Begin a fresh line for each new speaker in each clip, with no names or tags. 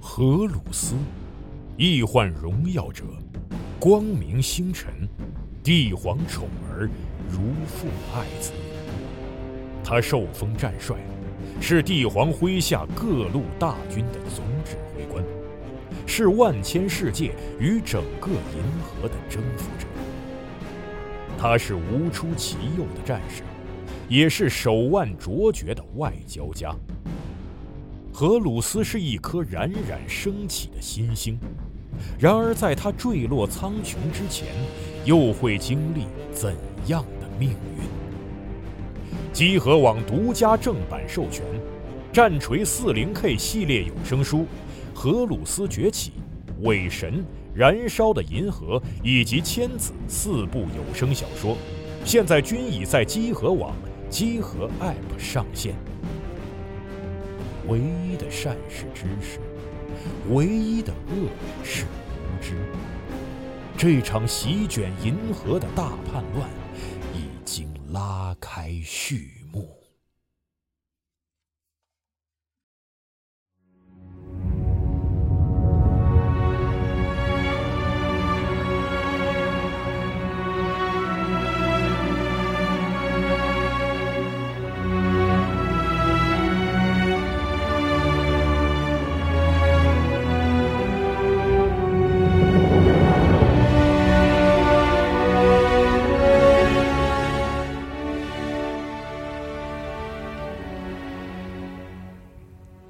荷鲁斯，易患荣耀者，光明星辰，帝皇宠儿，如父爱子。他受封战帅，是帝皇麾下各路大军的总指挥官，是万千世界与整个银河的征服者。他是无出其右的战士，也是手腕卓绝的外交家。荷鲁斯是一颗冉冉升起的新星，然而在他坠落苍穹之前，又会经历怎样的命运？集合网独家正版授权，《战锤 40K 系列有声书》《荷鲁斯崛起》《伪神》《燃烧的银河》以及《千子》四部有声小说，现在均已在集合网、集合 App 上线。唯一的善是知识，唯一的恶是无知。这场席卷银河的大叛乱已经拉开序幕。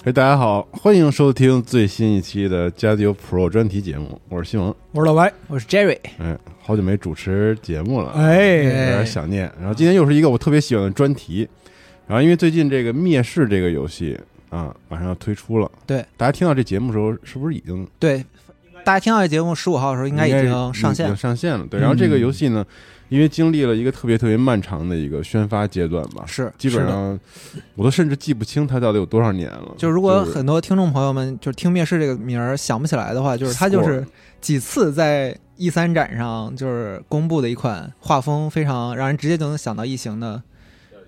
嘿，大家好，欢迎收听最新一期的《加迪欧 Pro》专题节目，我是西蒙。
我是老白，
我是 Jerry，
哎，好久没主持节目了，有
哎，
点想念。然后今天又是一个我特别喜欢的专题，然后因为最近这个《灭世》这个游戏啊，马上要推出了，
对，
大家听到这节目的时候，是不是已经
对，大家听到这节目十五号的时候，应该已经
已
上线
经
了。嗯
上线了？对，然后这个游戏呢，因为经历了一个特别特别漫长的一个宣发阶段吧，
是，
基本
是的。
上我都甚至记不清它到底有多少年了。
就如果很多听众朋友们就是听“灭世”这个名儿想不起来的话，就是它就是几次在 E 三展上就是公布的一款画风非常让人直接就能想到异形的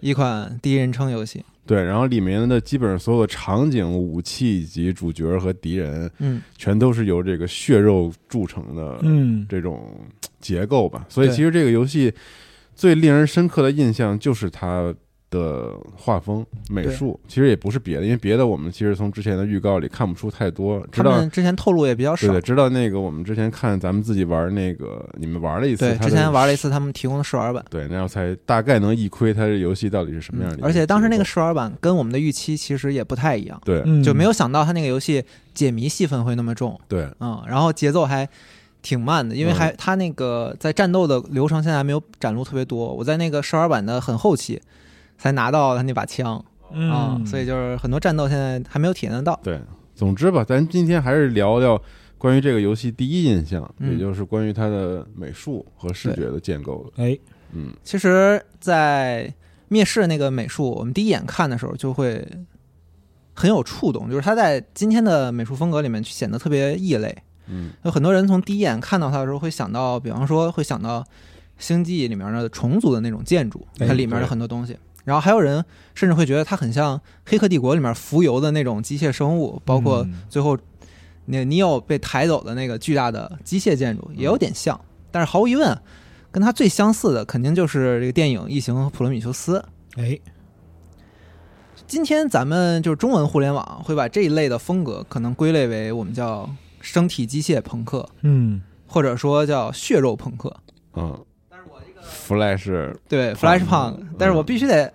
一款第一人称游戏。
对，然后里面的基本上所有的场景、武器以及主角和敌人，
嗯，
全都是由这个血肉铸成的
嗯，
这种结构吧。所以
对
其实这个游戏最令人深刻的印象就是它的画风、美
对
术，其实也不是别的，因为别的我们其实从之前的预告里看不出太多，直
他
到
们之前透露也比较
对
少
对，。直到那个我们之前看咱们自己玩那个，你们玩了一次，
对，
它
之
的
前玩了一次他们提供的试玩版，
对，然后才大概能一窥它这游戏到底是什么样的一
嗯
结构、
而且当时那个试玩版跟我们的预期其实也不太一样，
对
嗯
就没有想到它那个游戏解谜戏份会那么重。
对
嗯，然后节奏还挺慢的，因为还、它那个在战斗的流程现在还没有展露特别多。我在那个试玩版的很后期才拿到他那把枪啊、
嗯，
所以就是很多战斗现在还没有体验得到。
对，总之吧，咱今天还是聊聊关于这个游戏第一印象，
嗯
也就是关于它的美术和视觉的建构的。
哎，
嗯，
其实，在灭世那个美术，我们第一眼看的时候就会很有触动，就是它在今天的美术风格里面显得特别异类。
嗯，
有很多人从第一眼看到它的时候会想到，比方说会想到《星际》里面的虫族的那种建筑，
哎
它里面的很多东西。然后还有人甚至会觉得它很像《黑客帝国》里面浮游的那种机械生物，包括
嗯
最后那尼奥被抬走的那个巨大的机械建筑也有点像。但是毫无疑问，跟它最相似的肯定就是这个电影《异形》和《普罗米修斯》。
哎，
今天咱们就是中文互联网会把这一类的风格可能归类为我们叫生体机械朋克，
嗯，
或者说叫血肉朋克，
啊，Flash
嗯
对
Punk，
，Flash Punk。但是我必须得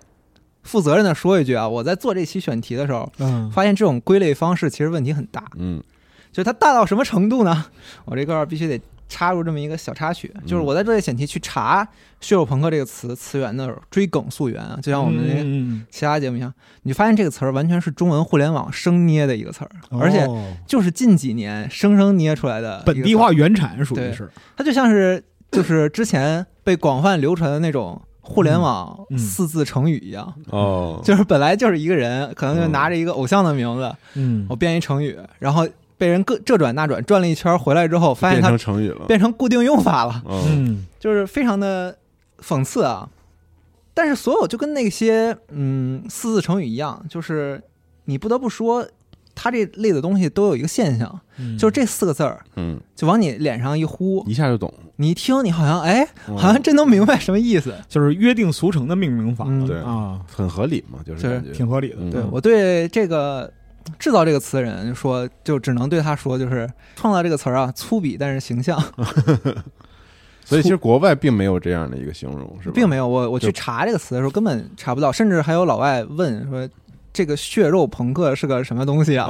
负责任的说一句啊，我在做这期选题的时候，
嗯，
发现这种归类方式其实问题很大，
嗯，
就是它大到什么程度呢？ 我这块儿必须得插入这么一个小插曲，
嗯
就是我在做这选题去查“血肉朋克”这个词词源的时候，追梗溯源啊，就像我们那个
嗯，
其他节目一样，你发现这个词儿完全是中文互联网生捏的一个词儿，
嗯
而且
哦
就是近几年生生捏出来的一个
本地
词儿
化原产属于
对
是，
它就像是就是之前被广泛流传的那种互联网
嗯嗯
四字成语一样，
哦，
就是本来就是一个人，可能就
嗯
拿着一个偶像的名字，
嗯
我编一成语，然后被人各这转那转转了一圈，回来之后发现
变
它
成成语了。
变成固定用法了，
嗯
嗯
就是非常的讽刺啊。但是所有就跟那些嗯四字成语一样，就是你不得不说它这类的东西都有一个现象，
嗯
就是这四个字儿，
嗯，
就往你脸上一呼，
一下就懂，
你一听你好像哎，
嗯啊
好像真能明白什 么意思。
就是约定俗成的命名法
嗯
对
啊，
很合理嘛，就是感觉
挺合理的。哦
嗯
对我对这个制造这个词的人说，就只能对他说，就是创造这个词儿啊，粗鄙但是形象，
所以其实国外并没有这样的一个形容，是吧？
并
没
没有。我我去
就
查这个词的时候根本查不到，甚至还有老外问说。这个血肉朋克是个什么东西啊？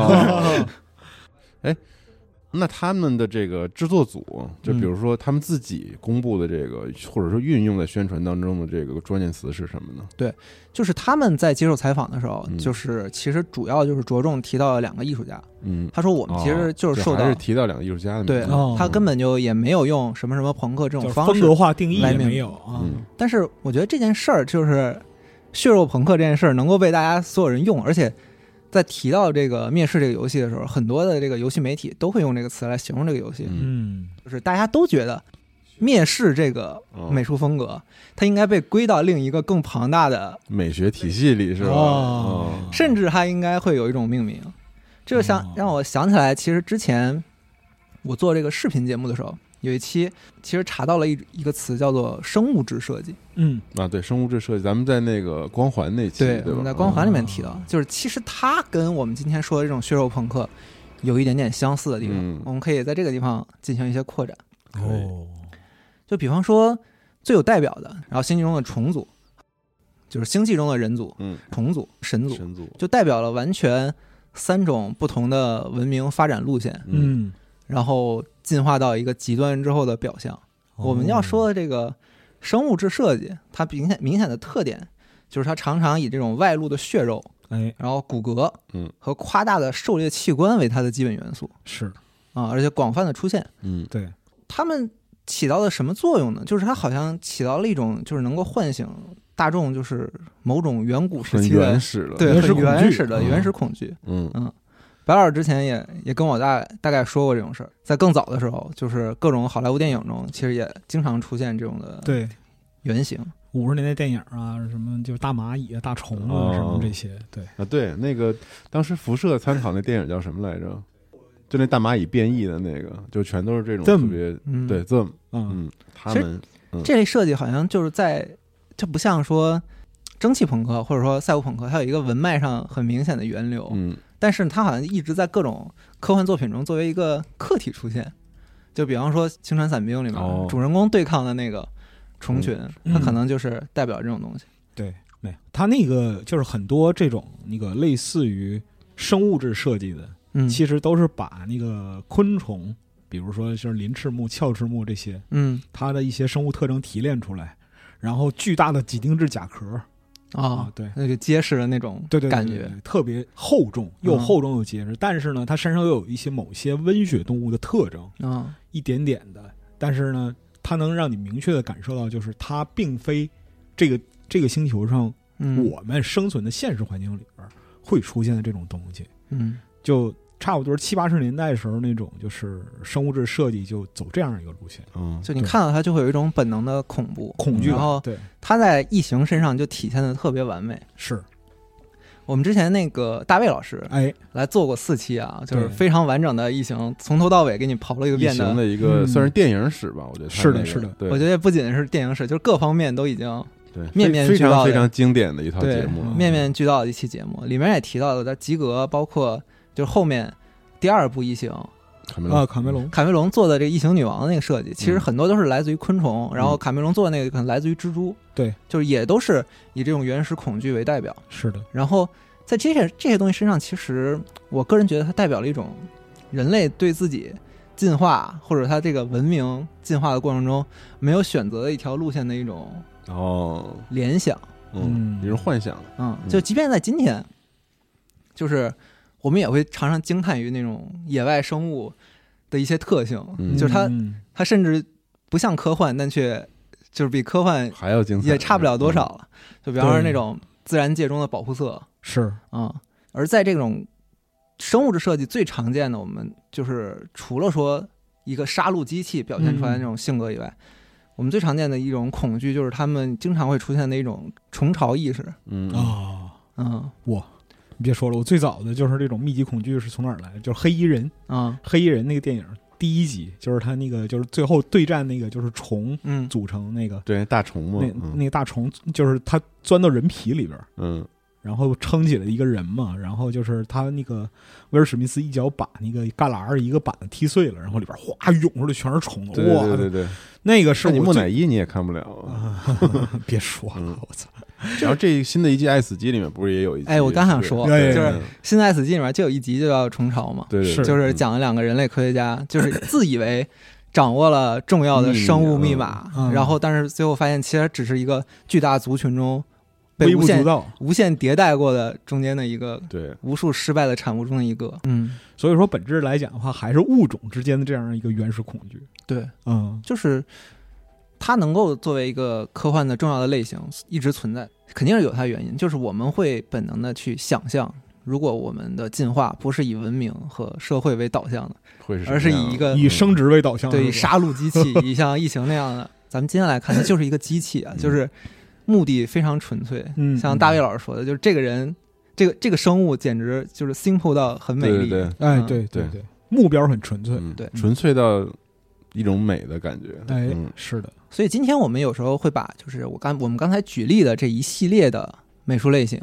那他们的这个制作组，就比
嗯
如说他们自己公布的这个，或者说运用在宣传当中的这个关键词是什么呢？
就是他们在接受采访的时候，
嗯
就是其实主要就是着重提到了两个艺术家。
嗯，
他说我们其实就是受
哦这
到、
还是嗯提到两个艺术家的名字
对、
哦
他根本就也没有用什么什么朋克这
就
种
是
方
风
式
格。化定义
来
也
命
没有啊，
嗯
但是我觉得这件事儿就是血肉朋克这件事儿能够被大家所有人用，而且在提到这个面试这个游戏的时候，很多的这个游戏媒体都会用这个词来形容这个游戏，
嗯
嗯，
就是大家都觉得。面试这个
哦
美术风格，它应该被归到另一个更庞大的
美学体系里是吧？
哦
哦
甚至它应该会有一种命名。这就想
哦
让我想起来，其实之前我做这个视频节目的时候，有一期其实查到了一一个词叫做“生物质设计
嗯，
啊，对，生物质设计，咱们在那个光环那”，期，对吧？嗯
我们在光环里面提到
哦，
就是其实它跟我们今天说的这种血肉朋克有一点点相似的地方，
嗯
我们可以在这个地方进行一些扩展。
哦，
就比方说最有代表的，然后星际中的虫族，就是星际中的人族、
嗯，
虫族、神族，
神族，
就代表了完全三种不同的文明发展路线。
嗯，
嗯，
然后进化到一个极端之后的表象。我们要说的这个生物质设计，它明显明显的特点就是它常常以这种外露的血肉，
哦，哎，
然后骨骼，
嗯，
和夸大的狩猎器官为它的基本元素
是
啊，而且广泛的出现。
嗯
对，
它们起到了什么作用呢？就是它好像起到了一种就是能够唤醒大众，就是某种远古时
很
期
原
的
始了，
对
原始
很
恐惧
原始的
嗯
原始恐惧。
嗯
白老师之前也也跟我大大概说过这种事儿，在更早的时候，就是各种好莱坞电影中，其实也经常出现这种的
对，
原型。
五十年代电影啊，什么就是大蚂蚁啊、大虫
哦
啊，什么这些，对，
啊，对，那个当时辐射参考那电影叫什么来着？就那大蚂蚁变异的那个，就全都是这种特
Them
别
嗯，
对，这么
嗯，
嗯，他们
这类设计好像就是在，它不像说蒸汽朋克或者说赛博朋克，它有一个文脉上很明显的源流，
嗯
但是它好像一直在各种科幻作品中作为一个客体出现。就比方说《星船散兵》里面、
哦
主人公对抗的那个虫群，
嗯
它可能就是代表这种东西。
对，对，它那个就是很多这种那个类似于生物质设计的，
嗯，
其实都是把那个昆虫，比如说就是鳞翅目、鞘翅目这些，
嗯
它的一些生物特征提炼出来，然后巨大的几丁质甲壳
啊，
对。
那就结实的那种
哦对对对
感
对
觉嗯
对。特别厚重，又厚重又结实，但是呢，它身上又有一些某些温血动物的特征，
嗯
一点点的，但是呢，它能让你明确的感受到，就是它并非这个这个星球上
嗯，
我们生存的现实环境里边会出现的这种东西，
嗯
就差不多七八十年代的时候那种，就是生物质设计就走这样一个路线，嗯
嗯，
就你
对
看到它就会有一种本能的恐怖，
恐惧
然后
感，对，
它在异形身上就体现的特别完美。
是，
我们之前那个大卫老师
哎，
来做过四期啊，就是
对
非常完整的异形，从头到尾给你刨了一个
异
遍
形
的。
的一个
嗯
算是电影史吧，我觉得
是的
它那个
是的
对，
我觉
得
得不仅是电影史，就是各方面都已经
对
面面
非
俱到
常
的
非常经典的一套
对
节目了，
面面俱到的一期节目。里面也提到了，在吉格，包括就是后面第二部异形，
卡梅隆
啊，卡梅，隆，
卡梅隆做的这个异形女王的那个设计，其实很多都是来自于昆虫，然后卡梅隆做的那个可能来自于蜘蛛，
对，
就是也都是以这种原始恐惧为代表。
是的，
然后在这些这些东西身上，其实我个人觉得它代表了一种人类对自己进化或者它这个文明进化的过程中没有选择的一条路线的一种
哦，
联想。
嗯，
嗯
你是幻想，
嗯，
嗯
就即便在今天，就是我们也会常常惊叹于那种野外生物的一些特性，
嗯
就是它
嗯
它甚至不像科幻，但却就是比科幻
还要精彩，
也差不了
嗯
多少了。就比方说
对
那种自然界中的保护色
是
啊、而在这种生物质设计最常见的，我们就是除了说一个杀戮机器表现出来
嗯
的那种性格以外，我们最常见的一种恐惧就是他们经常会出现的一种虫巢意识。
哦
嗯，嗯，
啊，
嗯，
哇，你别说了，我最早的就是这种密集恐惧是从哪儿来的？就是黑衣人，
啊，
黑衣人那个电影第一集，就是他那个就是最后对战那个就是虫
嗯
组成那个
对，大虫嘛
那，
嗯
那个大虫，就是他钻到人皮里边儿，
嗯，
然后撑起了一个人嘛，然后就是他那个威尔史密斯一脚把那个旮旯儿一个板子踢碎了，然后里边儿哗涌出来全是虫子，
对对对
哇，
对对，
那个是
是你
我
木乃
最
伊你也看不了啊。
啊，别说了
嗯，
我操，
然后这新的一季《爱死机》里面不是也有一集？
哎我刚想说
对
就是
嗯
新的《爱死记》里面就有一集就叫虫巢嘛，
对对
是
对，
就是
嗯
讲了两个人类科学家，就是自以为掌握了重要的生物密码，
嗯嗯
然后但是最后发现其实只是一个巨大族群中被
微
无
不足
限
道。
无限迭代过的中间的一个
对，
无数失败的产物中的一个。嗯，
所以说本质来讲的话，还是物种之间的这样一个原始恐惧。
对，
嗯，
就是它能够作为一个科幻的重要的类型一直存在，肯定是有它原因，就是我们会本能的去想象。如果我们的进化不是以文明和社会为导向的，
会是
而是
什么
以一
样
个
的
以生殖为导向，
对，以
是吧
杀戮机器，以像异形那样的，咱们接下来看的就是一个机器啊，
嗯
就是目的非常纯粹。
嗯
像大卫老师说的，就是这个人，这个这个生物简直就是 simple 到很美丽。
对对
哎，
嗯，
对对
对
对，目标很纯粹。
嗯
对
纯粹到一种美的感觉。
哎
嗯，
是的，
所以今天我们有时候会把就是我刚我们刚才举例的这一系列的美术类型，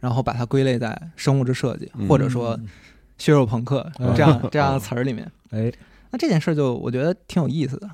然后把它归类在生物质设计、
嗯
或者说
嗯，
血肉朋克、
嗯
这 样这样的词儿里面。
哎，
那这件事儿就我觉得挺有意思的，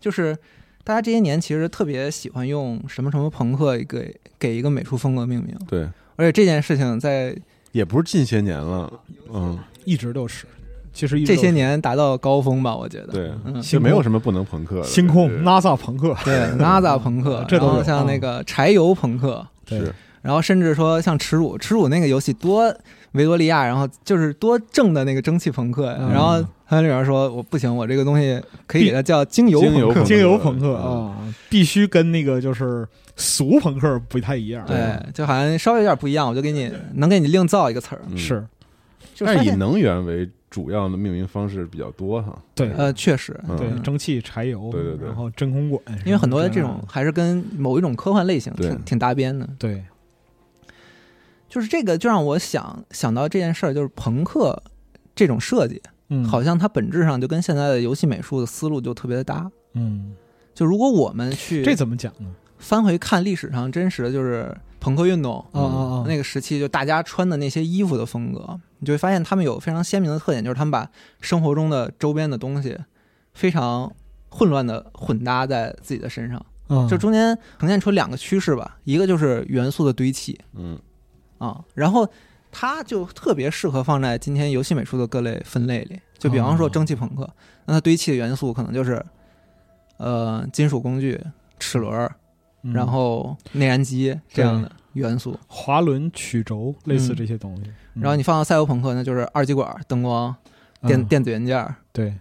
就是大家这些年其实特别喜欢用什么什么朋克给给一个美术风格命名，
对，
而且这件事情在
也不是近些年了，嗯，
一直都是，其实一直
这
都是
些年达到高峰吧，我觉得。
对，
嗯，
就没有什么不能朋克的。
星空
对
NASA 朋克，
对，NASA 朋克，
这都
然后
有
像那个柴油朋克，
对
是
然后甚至说像耻辱，耻辱那个游戏多维多利亚，然后就是多正的那个蒸汽朋克，
嗯
然后它里边说我不行，我这个东西可以给它叫精油
精
朋
油
克
朋，
精油朋克
嗯
啊，必须跟那个就是俗朋克不太一样。
对，就好像稍微有点不一样，我就给你能给你另造一个词儿，
嗯
是
就
但
发
是以
现
能源为主要的命名方式比较多哈。
对
呃，确实，
嗯
对
嗯
蒸汽、柴油，
对对对
然后真空管，
因为很多这
样
种
的
还是跟某一种科幻类型
对
挺挺搭边的。
对
就是这个就让我想想到这件事儿，就是朋克这种设计，
嗯
好像它本质上就跟现在的游戏美术的思路就特别的搭。
嗯，
就如果我们去
这怎么讲呢？
翻回看历史上真实的，就是朋克运动
啊啊啊，
哦那个时期，就大家穿的那些衣服的风格，你就会发现他们有非常鲜明的特点，就是他们把生活中的周边的东西非常混乱的混搭在自己的身上。
嗯
就中间呈现出两个趋势吧，一个就是元素的堆砌
嗯，
啊，然后它就特别适合放在今天游戏美术的各类分类里，就比方说
哦
蒸汽朋克，那它堆砌的元素可能就是呃金属工具、齿轮儿，
嗯
然后内燃机这样的元素，
滑轮、曲轴类似这些东西，嗯
然后你放到赛博朋克，那就是二极管、灯光、电
嗯
电子元件儿。
对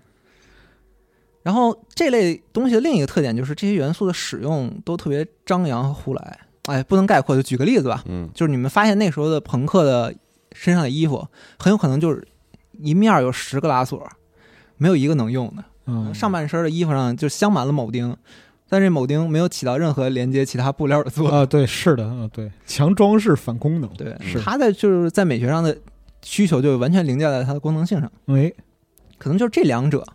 然后这类东西的另一个特点就是这些元素的使用都特别张扬和胡来。哎，不能概括，就举个例子吧，
嗯，
就是你们发现那时候的朋克的身上的衣服，很有可能就是一面儿有十个拉锁，没有一个能用的。
嗯
呃上半身的衣服上就镶满了铆钉，但这铆钉没有起到任何连接其他布料的作用。
啊对是的啊对强装饰反功能
对
是，
它在就是在美学上的需求就完全凌驾在它的功能性上。
哎
可能就是这两者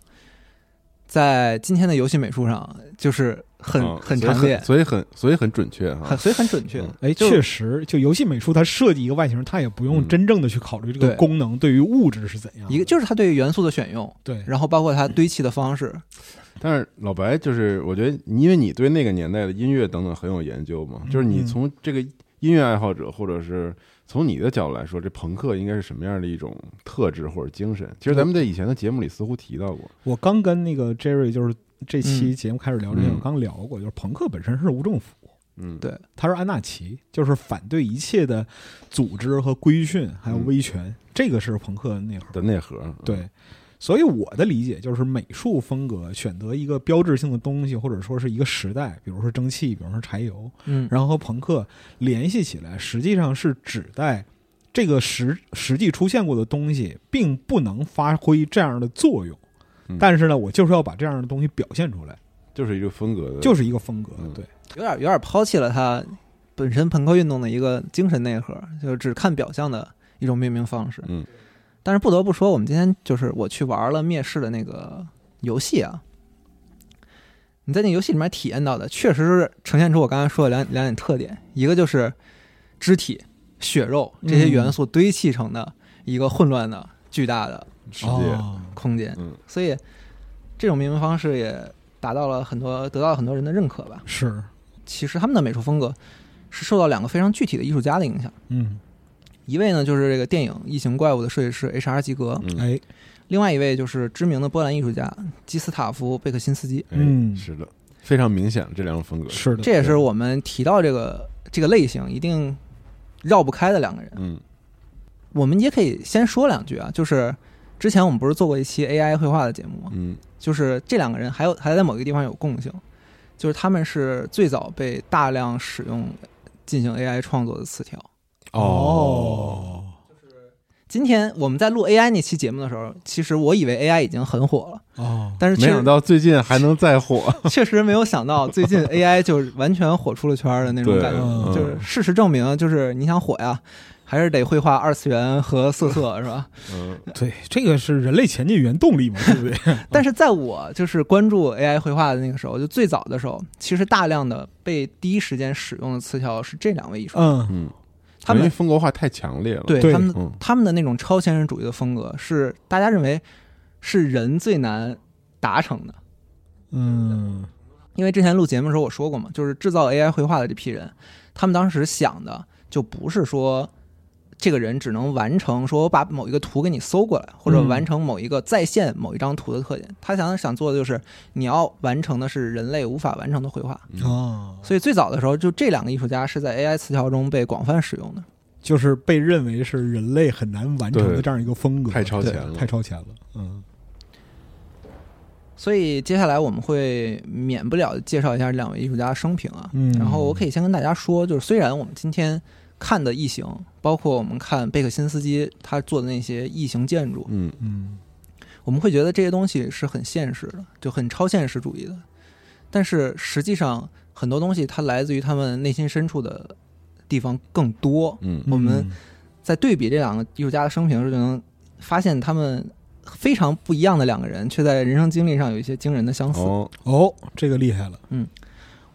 在今天的游戏美术上就是很、
啊
很
所以
常见，
所以很所以很准确哈
很。所以很准确。
嗯
哎
就
确实就游戏美术它设计一个外形，它也不用
嗯
真正的去考虑这个
对
功能对于物质是怎样的，
一个就是它对元素的选用，
对
然后包括它堆砌的方式，
但是老白就是，我觉得你因为你对那个年代的音乐等等很有研究嘛，就是你
嗯
从这个音乐爱好者，或者是从你的角度来说，这朋克应该是什么样的一种特质或者精神？其实咱们在以前的节目里似乎提到过，
我刚跟那个 Jerry 就是这期
嗯
节目开始聊之前，
嗯
我刚聊过，就是朋克本身是无政府，
嗯，
对
它是安纳奇，就是反对一切的组织和规训，还有
嗯
威权，这个是朋克的内核。
的内核，
对，所以我的理解就是，美术风格选择一个标志性的东西，或者说是一个时代，比如说蒸汽，比如说柴油，
嗯，
然后和朋克联系起来，实际上是指代这个实实际出现过的东西，并不能发挥这样的作用
嗯。
但是呢，我就是要把这样的东西表现出来，
就是一个风格的，
就是一个风格
嗯，
对，
有点有点抛弃了它本身朋克运动的一个精神内核，就是只看表象的一种命名方式。
嗯，
但是不得不说，我们今天就是我去玩了灭世的那个游戏啊，你在那游戏里面体验到的，确实是呈现出我刚才说的两两点特点，一个就是肢体、血肉这
嗯
些元素堆砌成的一个混乱的、巨大的
世界，
哦
空间，
嗯
所以这种命名方式也达到了很多，得到了很多人的认可吧。
是，
其实他们的美术风格是受到两个非常具体的艺术家的影响，
嗯，
一位呢就是这个电影《异形怪物》的设计师 H.R. 吉格，
嗯
哎，
另外一位就是知名的波兰艺术家基斯塔夫·贝克辛斯基。
哎
嗯
是的，非常明显这两种风格，
是的，
这也是我们提到这个这个类型一定绕不开的两个人。
嗯
我们也可以先说两句啊，就是之前我们不是做过一期 AI 绘画的节目吗？
嗯
就是这两个人还有还在某一个地方有共性，就是他们是最早被大量使用进行 AI 创作的词条。
哦，
今天我们在录 AI 那期节目的时候，其实我以为 AI 已经很火了，
哦，
但是
没
确
想到最近还能再火，
确实没有想到最近 AI 就是完全火出了圈儿的那种
对，
感觉。
嗯
就是事实证明，就是你想火呀，还是得绘画二次元和色 色，是吧？
嗯
对，这个是人类前进原动力嘛，对 不对？
但是在我就是关注 AI 绘画的那个时候，就最早的时候，其实大量的被第一时间使用的词条是这两位艺术家，
嗯，
嗯，
他们
因为风格化太强烈了，
对
对
他们
嗯
他们的那种超现实主义的风格，是大家认为是人最难达成的。
嗯，
因为之前录节目的时候我说过嘛，就是制造 AI 绘画的这批人，他们当时想的就不是说这个人只能完成说我把某一个图给你搜过来，或者
嗯
完成某一个再现某一张图的特点。他想想做的就是你要完成的是人类无法完成的绘画。
嗯
哦，
所以最早的时候，就这两个艺术家是在 AI 词条中被广泛使用的。
就是被认为是人类很难完成的
对
这样一个风格，
太超前
对
了
太超前了，嗯，
所以接下来我们会免不了介绍一下这两位艺术家的生平啊。
嗯
然后我可以先跟大家说，就是虽然我们今天看的《异形》，包括我们看贝克辛斯基他做的那些异形建筑，
嗯
嗯，
我们会觉得这些东西是很现实的，就很超现实主义的。但是实际上，很多东西它来自于他们内心深处的地方更多。
嗯
我们在对比这两个艺术家的生平时，就能发现他们非常不一样的两个人，却在人生经历上有一些惊人的相似。
哦
哦，这个厉害了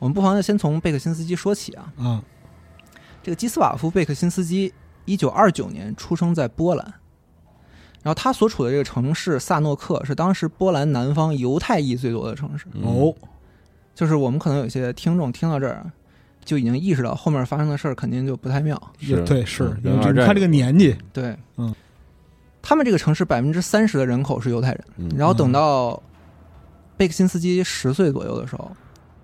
我们不妨就先从贝克辛斯基说起啊。
啊，
这个基斯瓦夫·贝克辛斯基，一九二九年出生在波兰，然后他所处的这个城市萨诺克是当时波兰南方犹太裔最多的城市。
嗯
哦，
就是我们可能有些听众听到这儿，就已经意识到后面发生的事儿肯定就不太妙。
也
是
对，是
嗯，
因
人二
为这你
战
看这个年纪，
对，
嗯，
他们这个城市百分之三十的人口是犹太人。
嗯
然后等到贝克辛斯基十岁左右的时候，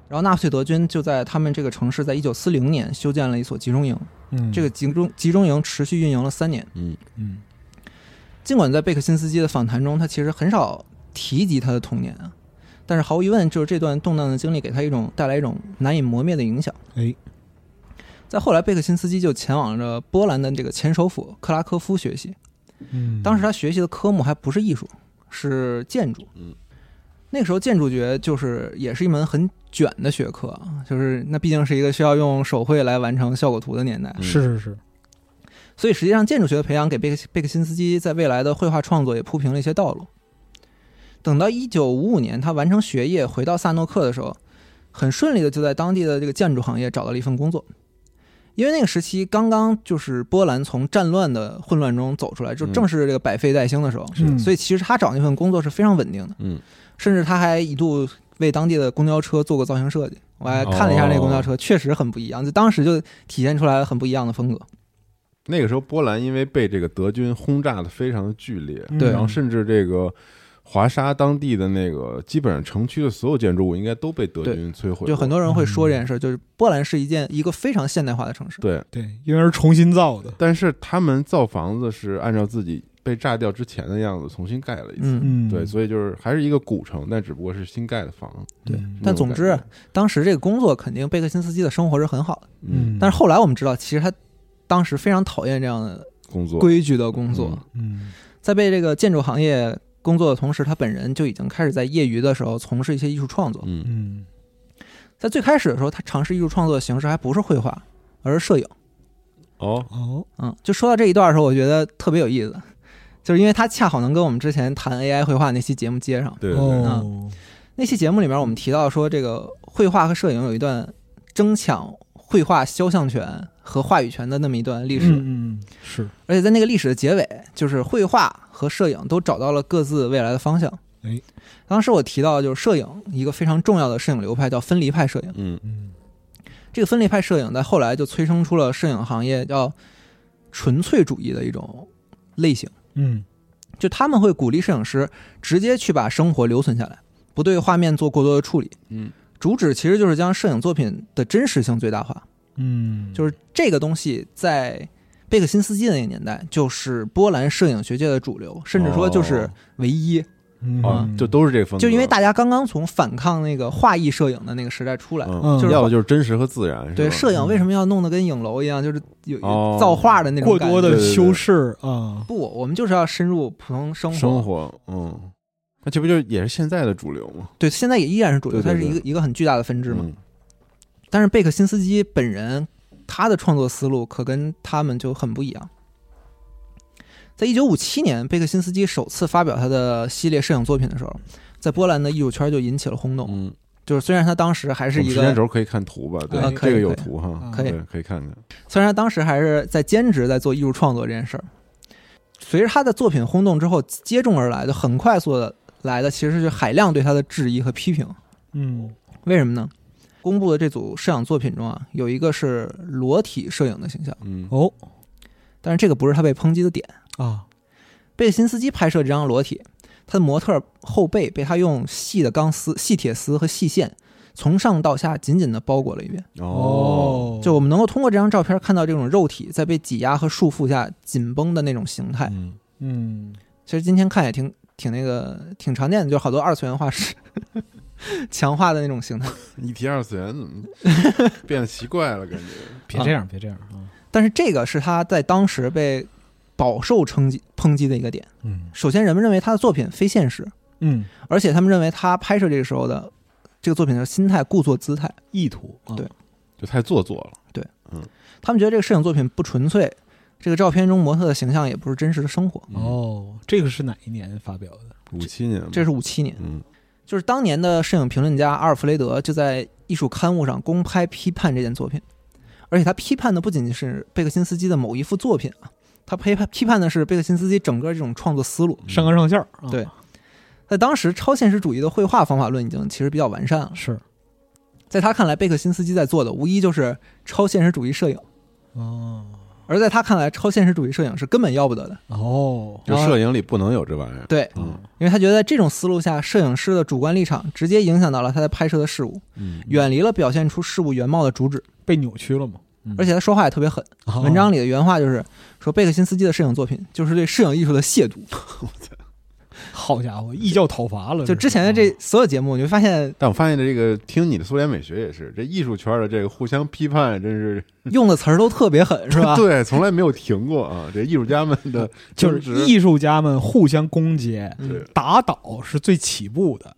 然后纳粹德军就在他们这个城市，在一九四零年修建了一所集中营。
嗯，
这个集中集中营持续运营了三年。
嗯
嗯，
尽管在贝克辛斯基的访谈中，他其实很少提及他的童年啊，但是毫无疑问，就是这段动荡的经历给他一种带来一种难以磨灭的影响。
哎，
在后来，贝克辛斯基就前往着波兰的这个前首府克拉科夫学习。
嗯，
当时他学习的科目还不是艺术，是建筑。
嗯，
那个时候建筑学就是也是一门很卷的学科啊，就是那毕竟是一个需要用手绘来完成效果图的年代，
嗯
是是是，
所以实际上建筑学的培养给贝克贝克辛斯基在未来的绘画创作也铺平了一些道路。等到一九五五年，他完成学业回到萨诺克的时候，很顺利的就在当地的这个建筑行业找到了一份工作。因为那个时期刚刚就是波兰从战乱的混乱中走出来，就
嗯
正是这个百废待兴的时候，
是
嗯
所以其实他找那份工作是非常稳定的，
嗯
甚至他还一度为当地的公交车做过造型设计。我还看了一下那个公
哦
交车，确实很不一样，就当时就体现出来了很不一样的风格。
那个时候波兰因为被这个德军轰炸的非常的剧烈，
嗯
对
然后甚至这个华沙当地的那个基本上城区的所有建筑物应该都被德军摧毁过，
就很多人会说这件事，就是波兰是一件一个非常现代化的城市。
嗯对，
对，因为是重新造的，
但是他们造房子是按照自己被炸掉之前的样子重新盖了一次，
嗯，
嗯，
对，所以就是还是一个古城，但只不过是新盖的房。
对
嗯
但总之
那
啊
种感觉，
当时这个工作肯定贝克辛斯基的生活是很好的，
嗯，
嗯，
但是后来我们知道，其实他当时非常讨厌这样的
工作，
规矩的工作
嗯，
嗯，
在被这个建筑行业工作的同时，他本人就已经开始在业余的时候从事一些艺术创作。
嗯
嗯
在最开始的时候，他尝试艺术创作的形式还不是绘画，而是摄影。
哦，
哦，
嗯，就说到这一段的时候，我觉得特别有意思，就是因为它恰好能跟我们之前谈 AI 绘画那期节目接上。
对对对，
哦，
那期节目里面，我们提到说，这个绘画和摄影有一段争抢绘画肖像权和话语权的那么一段历史，
嗯嗯嗯是，
而且在那个历史的结尾，就是绘画和摄影都找到了各自未来的方向。
哎，
当时我提到，就是摄影一个非常重要的摄影流派叫分离派摄影，
嗯
嗯
这个分离派摄影在后来就催生出了摄影行业叫纯粹主义的一种类型。
嗯
就他们会鼓励摄影师直接去把生活留存下来，不对画面做过多的处理。
嗯，
主旨其实就是将摄影作品的真实性最大化。
嗯，
就是这个东西在贝克辛斯基的那个年代，就是波兰摄影学界的主流，甚至说就是唯一。
嗯
哦，就都是这个哦风格，
就因为大家刚刚从反抗那个画意摄影的那个时代出来，
嗯
嗯
就是
要的就是真实和自然，
对
是吧嗯
摄影为什么要弄得跟影楼一样，就是有
哦
有造化的那种
过
感觉
多的
对对对
修饰啊，
不，我们就是要深入普通生活。
生活，嗯，那这不就也是现在的主流吗？
对，现在也依然是主
对
流，
对
它是一个一个很巨大的分支嘛。
嗯
但是贝克辛斯基本人他的创作思路可跟他们就很不一样。在一九五七年，贝克辛斯基首次发表他的系列摄影作品的时候，在波兰的艺术圈就引起了轰动。
嗯，
就是虽然他当时哦还是
我们
一
时间
个，
轴可以看图吧？对
啊，可
这
以
个有
可以啊
图哈，
可以
对，可以看看。
虽然他当时还是在兼职在做艺术创作这件事儿，随着他的作品轰动之后，接踵而来的很快速的来的其实是海量对他的质疑和批评。
嗯
为什么呢？公布的这组摄影作品中啊，有一个是裸体摄影的形象，
嗯，
哦
但是这个不是他被抨击的点。
啊，
贝辛斯基拍摄这张裸体，他的模特后背被他用细的钢丝、细铁丝和细线从上到下紧紧地包裹了一遍。
哦，
就我们能够通过这张照片看到这种肉体在被挤压和束缚下紧绷的那种形态。
嗯，
嗯
其实今天看也挺挺那个挺常见的，就是好多二次元画师强化的那种形态。
一提二次元怎么变得奇怪了？感觉
别这样，别这样啊，
但是这个是他在当时被饱受抨击抨击的一个点。
嗯
首先，人们认为他的作品非现实，
嗯，
而且他们认为他拍摄这个时候的这个作品的心态故作姿态。
意图啊
对
就太做作了。
他们觉得这个摄影作品不纯粹，这个照片中模特的形象也不是真实的生活。
嗯，
哦，这个是哪一年发表的？
五七年嘛，
这是五七年，
嗯
就是当年的摄影评论家阿尔弗雷德就在艺术刊物上公开批判这件作品，而且他批判的不仅仅是贝克辛斯基的某一幅作品啊，他批判批判的是贝克辛斯基整个这种创作思
嗯
路。
上纲上线儿啊，
对在当时，超现实主义的绘画方法论已经其实比较完善了。
是
在他看来，贝克辛斯基在做的无疑就是超现实主义摄影，
哦
而在他看来，超现实主义摄影是根本要不得的。
哦
就摄影里不能有这玩意儿。
对，
嗯
因为他觉得在这种思路下，摄影师的主观立场直接影响到了他在拍摄的事物，
嗯，
远离了表现出事物原貌的主旨。
被扭曲了嘛？嗯
而且他说话也特别狠，
哦
文章里的原话就是说贝克辛斯基的摄影作品就是对摄影艺术的亵渎。
啊好家伙，异教讨伐了，
就之前的这
是啊
所有节目，你会发现
但我发现这个听你的苏联美学也是，这艺术圈的这个互相批判，真是
用的词儿都特别狠，是 吧？
对，从来没有停过啊！这艺术家们的
就是
争执
艺术家们互相攻讦。
嗯
对
打倒是最起步的，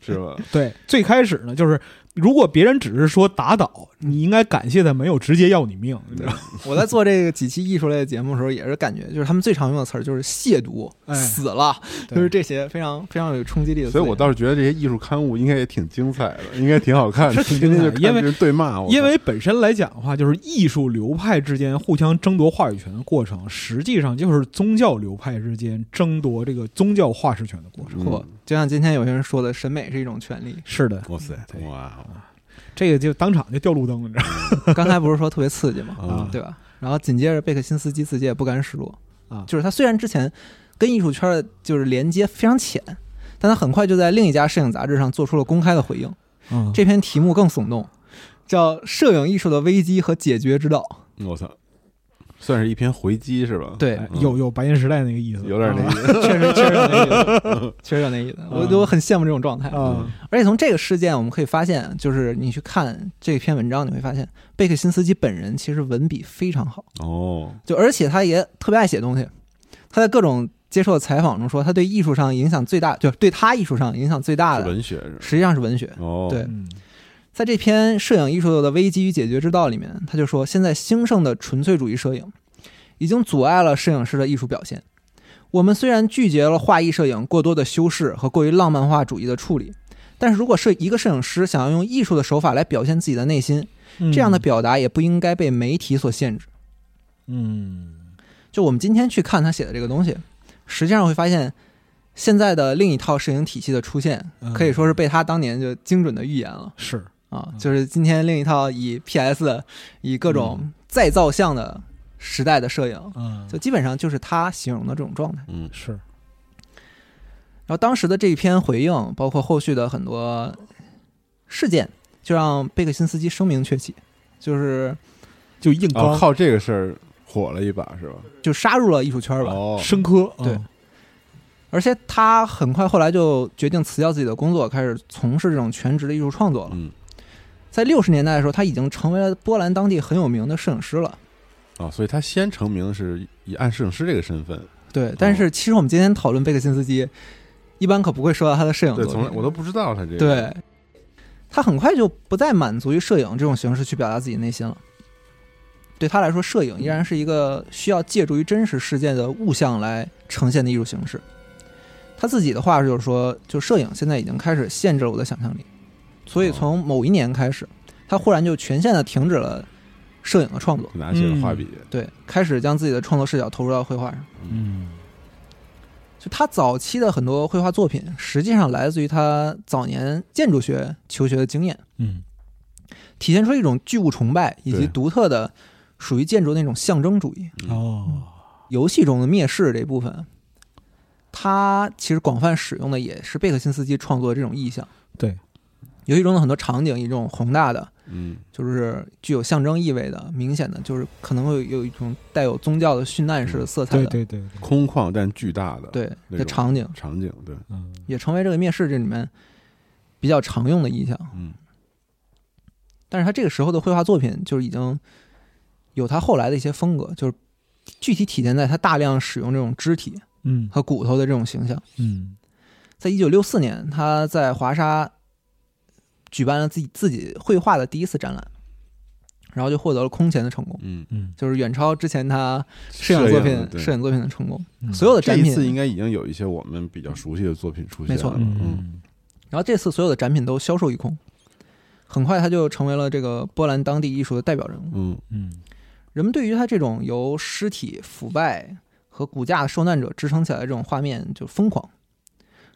是吧？
对，最开始呢，就是如果别人只是说打倒，你应该感谢他没有直接要你命，你知道吗？
我在做这个几期艺术类的节目的时候，也是感觉就是他们最常用的词儿就是亵渎、
哎
死了，
对
就是这些非常非常有冲击力的字
所
眼。
以我倒是觉得这些艺术刊物应该也挺精彩的，应该挺好看的，
是挺精彩的
天天就看
因为
这人对骂，我操
因为本身来讲的话，就是艺术流派之间互相争夺话语权的过程，实际上就是宗教流派之间争夺这个宗教话事权的过程。。
不
嗯
就像今天有些人说的，审美是一种权利
是的，
哇塞
对
哇哦
这个就当场就掉路灯，你知道
刚才不是说特别刺激吗？
啊
对吧？然后紧接着贝克辛斯基自己也不甘示弱
啊
就是他虽然之前跟艺术圈的就是连接非常浅，但他很快就在另一家摄影杂志上做出了公开的
啊
回应。
吗？
这篇题目更耸动，叫《摄影艺术的危机和解决之道》。
我操，算是一篇回击是吧？
对
啊哎
嗯
有有白银时代那个意思，
有点那
啊
意 思，
确实确实有那意思，确实有那意思。我就很羡慕这种状态。
嗯
啊，
而且从这个事件我们可以发现，就是你去看这篇文章，你会发现贝克辛斯基本人其实文笔非常好，
哦，
就而且他也特别爱写东西。他在各种接受采访中说，他对艺术上影响最大，就是对他艺术上影响最大
是
的，
文学是吧
实际上是文学。
哦，
对
嗯
在这篇《摄影艺术的危机与解决之道》里面，他就说，现在兴盛的纯粹主义摄影已经阻碍了摄影师的艺术表现。我们虽然拒绝了画意摄影过多的修饰和过于浪漫化主义的处理，但是如果摄一个摄影师想要用艺术的手法来表现自己的内心，这样的表达也不应该被媒体所限制。
嗯，
就我们今天去看他写的这个东西，实际上会发现，现在的另一套摄影体系的出现，
嗯
可以说是被他当年就精准的预言了。
是
啊，
嗯
就是今天另一套以 PS 以各种再造像的时代的摄影，
嗯
就基本上就是他形容的这种状态。
嗯
是
然后当时的这一篇回应，包括后续的很多事件，就让贝克辛斯基声名鹊起，就是
就
嗯
硬
哦，
刚
靠这个事儿火了一把是吧？
就杀入了艺术圈吧。
哦，
深刻，嗯
对而且他很快后来就决定辞掉自己的工作，开始从事这种全职的艺术创作了。
嗯，
在六十年代的时候，他已经成为了波兰当地很有名的摄影师了。
哦，所以他先成名是以按摄影师这个身份，
对，但是其实我们今天讨论贝克辛斯基，一般可不会说到他的摄影作
对，
品。
从来我都不知道他这个，
对，他很快就不再满足于摄影这种形式去表达自己内心了。对他来说，摄影依然是一个需要借助于真实事件的物象来呈现的艺术形式。他自己的话就是说，就摄影现在已经开始限制了我的想象力，所以
哦
从某一年开始，他忽然就全线的停止了摄影的创作，
拿起了画笔，
对，开始将自己的创作视角投入到绘画上。
嗯
就他早期的很多绘画作品，实际上来自于他早年建筑学求学的经验，
嗯
体现出一种巨物崇拜以及
对
独特的属于建筑那种象征主义。
嗯
哦
游戏中的灭世这部分，它其实广泛使用的也是贝克辛斯基创作的这种意象。
对，
游戏中的很多场景以这种宏大的，
嗯，
就是具有象征意味的、明显的，就是可能会有一种带有宗教的殉难式的色彩
对
的，
对对对
空旷但巨大的
对
那
的
种
场景，
场景，对，
嗯
也成为这个灭世这里面比较常用的意象。
嗯
但是他这个时候的绘画作品就是已经有他后来的一些风格，就是具体体现在他大量使用这种肢体
嗯
和骨头的这种形象。
嗯
在一九六四年，他在华沙举办了自己自己绘画的第一次展览，然后就获得了空前的成功，
嗯，
嗯，
就是远超之前他摄影作品摄
摄
影作品的成功。
嗯
所有的
这
展
一
品，
次应该已经有一些我们比较熟悉的作品出现
没错
了，嗯，
嗯
然后这次所有的展品都销售一空，很快他就成为了这个波兰当地艺术的代表人物。
嗯
嗯
人们对于他这种由尸体腐败和骨架的受难者支撑起来的这种画面就疯狂，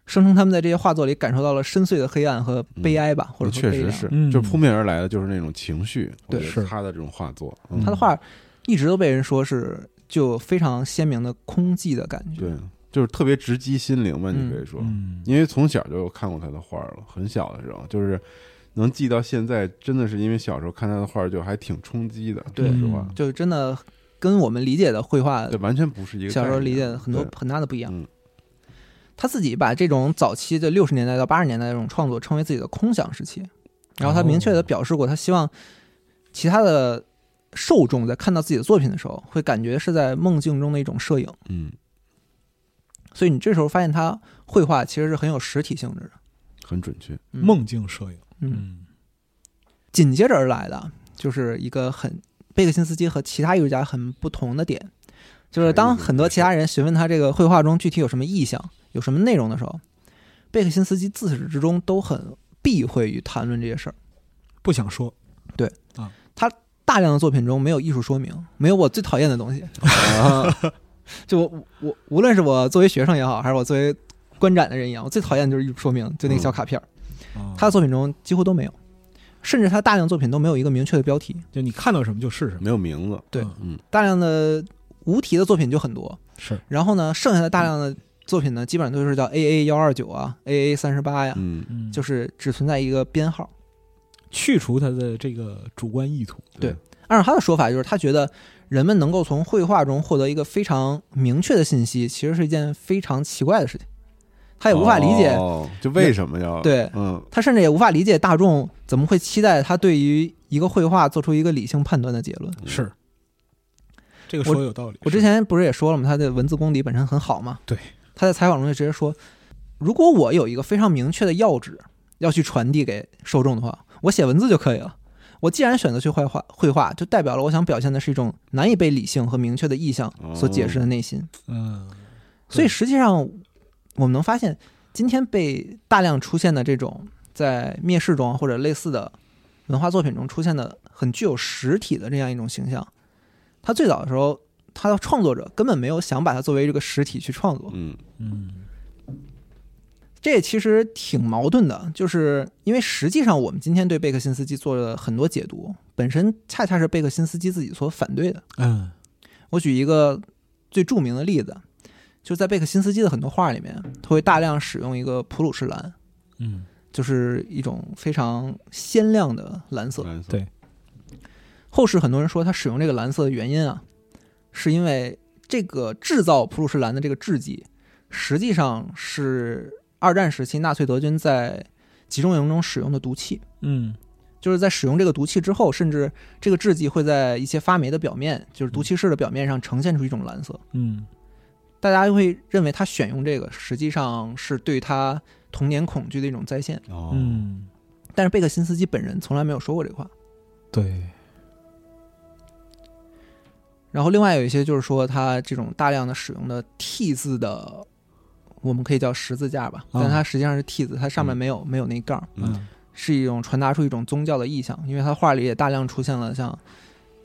声称他们在这些画作里感受到了深邃的黑暗和悲哀吧，或者
嗯
说
确
悲
实
凉。
是，
嗯
就扑面而来的就是那种情绪，我
对
觉得
是
他的这种画作，嗯
嗯
他的画一直都被人说是就非常鲜明的空寂的感觉。
对，就是特别直击心灵吧，你可以说，
嗯
因为从小就有看过他的画了，很小的时候就是能记到现在，真的是因为小时候看他的画就还挺冲击的，
对嗯
说实话，
就真的跟我们理解的绘画
这完全不是一个
小时候
概念
理解的很多
对
很大的不一样。
嗯
他自己把这种早期的六十年代到八十年代这种创作称为自己的空想时期，然后他明确的表示过，他希望其他的受众在看到自己的作品的时候，会感觉是在梦境中的一种摄影。
嗯，
所以你这时候发现他绘画其实是很有实体性质的。
很准确，
嗯，
梦境摄影
嗯，
嗯
紧接着而来的就是一个很贝克辛斯基和其他艺术家很不同的点，就是当很多其他人询问他这个绘画中具体有什么意象、有什么内容的时候，贝克辛斯基自始至终都很避讳于谈论这些事儿。
不想说
大量的作品中没有艺术说明，没有我最讨厌的东西。就我我无论是我作为学生也好，还是我作为观展的人一样，我最讨厌的就是艺术说明，就那个小卡片儿。
啊
他的作品中几乎都没有，甚至他大量作品都没有一个明确的标题。
就你看到什么就是什么
没有名字，
对
嗯，
大量的无题的作品就很多。
是
然后呢，剩下的大量的作品呢，基本上都是叫 A A 幺二九啊，A A 三十八呀，
嗯，
嗯
就是只存在一个编号。
去除他的这个主观意图
对按照他的说法，就是他觉得人们能够从绘画中获得一个非常明确的信息，其实是一件非常奇怪的事情。他也无法理解，
哦，就为什么要
对
嗯
他甚至也无法理解大众怎么会期待他对于一个绘画做出一个理性判断的结论。
是这个说的有道理。
嗯我之前不是也说了吗？他的文字功底本身很好嘛。
对，
他在采访中就直接说，如果我有一个非常明确的要旨要去传递给受众的话，我写文字就可以了。我既然选择去绘画，绘画就代表了我想表现的是一种难以被理性和明确的意象所解
哦
释的内心。
嗯，
所以实际上，我们能发现，今天被大量出现的这种在灭世中啊或者类似的文化作品中出现的很具有实体的这样一种形象，它最早的时候，它的创作者根本没有想把它作为这个实体去创作，
嗯
嗯，
这也其实挺矛盾的，就是因为实际上我们今天对贝克辛斯基做了很多解读，本身恰恰是贝克辛斯基自己所反对的。
嗯，
我举一个最著名的例子，就是在贝克辛斯基的很多画里面，他会大量使用一个普鲁士蓝，
嗯，
就是一种非常鲜亮的蓝色。
蓝色
对
后世很多人说他使用这个蓝色的原因啊，是因为这个制造普鲁士蓝的这个制剂，实际上是二战时期纳粹德军在集中营中使用的毒气。
嗯，
就是在使用这个毒气之后，甚至这个制剂会在一些发霉的表面，就是毒气室的表面上呈现出一种蓝色。
嗯，
大家会认为他选用这个，实际上是对他童年恐惧的一种再现。
哦，
嗯，
但是贝克辛斯基本人从来没有说过这个话。
对，
然后另外有一些就是说，它这种大量的使用的 T 字的，我们可以叫十字架吧，
啊
但它实际上是 T 字，它上面没有、没有那杠儿，
嗯
嗯，
是一种传达出一种宗教的意象，因为它画里也大量出现了像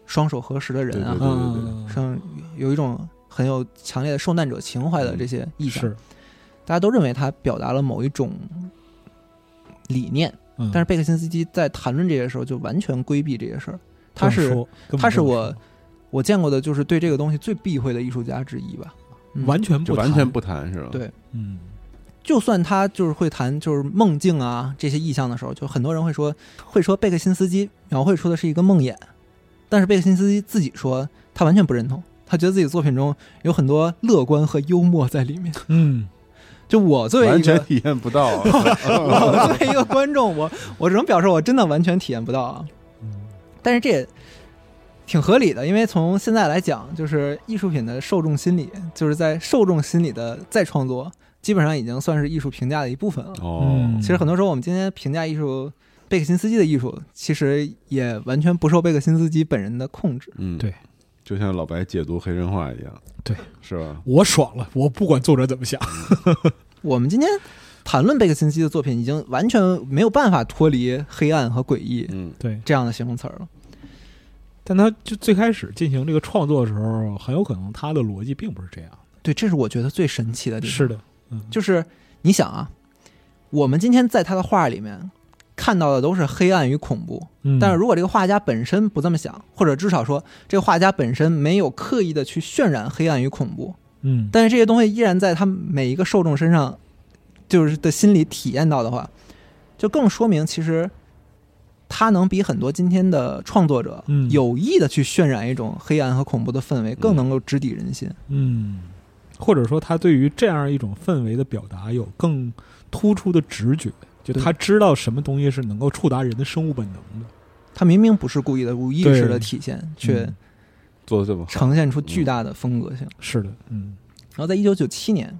双手合十的人啊，
嗯，
像有一种很有强烈的受难者情怀的这些意象，
是，
大家都认为它表达了某一种理念，
但
但是贝克辛斯基在谈论这些时候就完全规避这些事儿，他是他是我我见过的就是对这个东西最避讳的艺术家之一吧。嗯
完全
就
不
完
谈
全，不谈是吧？
对
嗯，
就算他就是会谈就是梦境啊这些意象的时候，就很多人会说会说贝克辛斯基描绘出的是一个梦魇，但是贝克辛斯基自己说他完全不认同，他觉得自己的作品中有很多乐观和幽默在里面。
嗯，
就我作 为
完
一
全
个
体验不到啊。
我作为一个观众，我我只能表示我真的完全体验不到啊。但是这也挺合理的，因为从现在来讲，就是艺术品的受众心理，就是在受众心理的再创作，基本上已经算是艺术评价的一部分了。
哦，
其实很多时候，我们今天评价艺术，贝克辛斯基的艺术，其实也完全不受贝克辛斯基本人的控制。
嗯，
对，
就像老白解读黑神话一样，
对，
是吧？
我爽了，我不管作者怎么想，
我们今天谈论贝克辛斯基的作品，已经完全没有办法脱离黑暗和诡异
嗯，
对，
这样的形容词儿了。
但他就最开始进行这个创作的时候，很有可能他的逻辑并不是这样，
对，这是我觉得最神奇的地方。
的，嗯，
就是你想啊，我们今天在他的画里面看到的都是黑暗与恐怖，
嗯
但是如果这个画家本身不这么想，或者至少说这个画家本身没有刻意的去渲染黑暗与恐怖，
嗯，
但是这些东西依然在他每一个受众身上就是的心里体验到的话，就更说明其实。他能比很多今天的创作者
嗯
有意的去渲染一种黑暗和恐怖的氛围，更
嗯
能够直抵人心。
嗯，或者说他对于这样一种氛围的表达有更突出的直觉，就
对
他知道什么东西是能够触达人的生物本能的，
他明明不是故意的，无意识的
对
体现，却
嗯
做的这么好，
呈现出巨大的风格性。
是的，嗯，
然后在一九九七年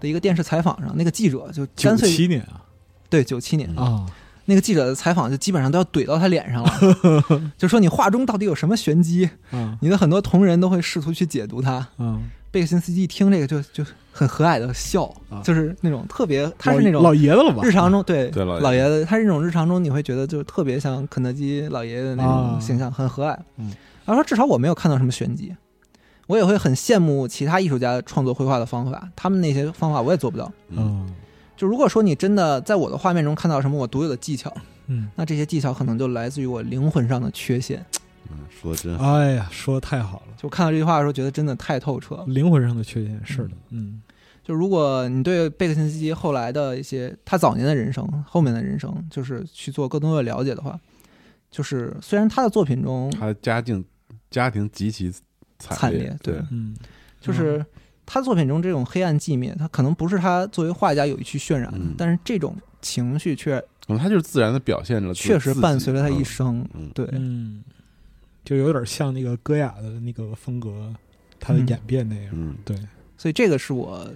的一个电视采访上，那个记者就
九
干脆
七年啊
对九七年、
嗯
啊，
那个记者的采访就基本上都要怼到他 脸上了，就说你画中到底有什么玄机？
啊
你的很多同仁都会试图去解读它。
啊，
贝克辛斯基一听这个就就很和蔼的笑，
啊
就是那种特别，他是那
老老
种
爷子了吧？
日常中对
对老爷
老爷子，他是那种日常中你会觉得就是特别像肯德基老爷爷的那种
啊
形象，很和蔼。
嗯，
然后说至少我没有看到什么玄机，我也会很羡慕其他艺术家创作绘画的方法，他们那些方法我也做不到。
嗯，
嗯
就如果说你真的在我的画面中看到什么我独有的技巧，
嗯，
那这些技巧可能就来自于我灵魂上的缺陷。
嗯说的真好，
哎呀，说的太好了，
就看到这句话的时候，觉得真的太透彻了。
灵魂上的缺陷，是的，嗯
就如果你对贝克辛斯基后来的一些他早年的人生、后面的人生，就是去做更多的了解的话，就是虽然他的作品中
他家境家庭极其
嗯惨
惨
烈对
对，
嗯，
就是他作品中这种黑暗寂灭，他可能不是他作为画家有意去渲染的，
嗯
但是这种情绪却
可能他就是自然的表现了，
确实伴随了他
生。
一生。
嗯，
对，
嗯，就有点像那个戈雅的那个风格，他的
嗯
演变那样，
嗯，
对
所以这个是我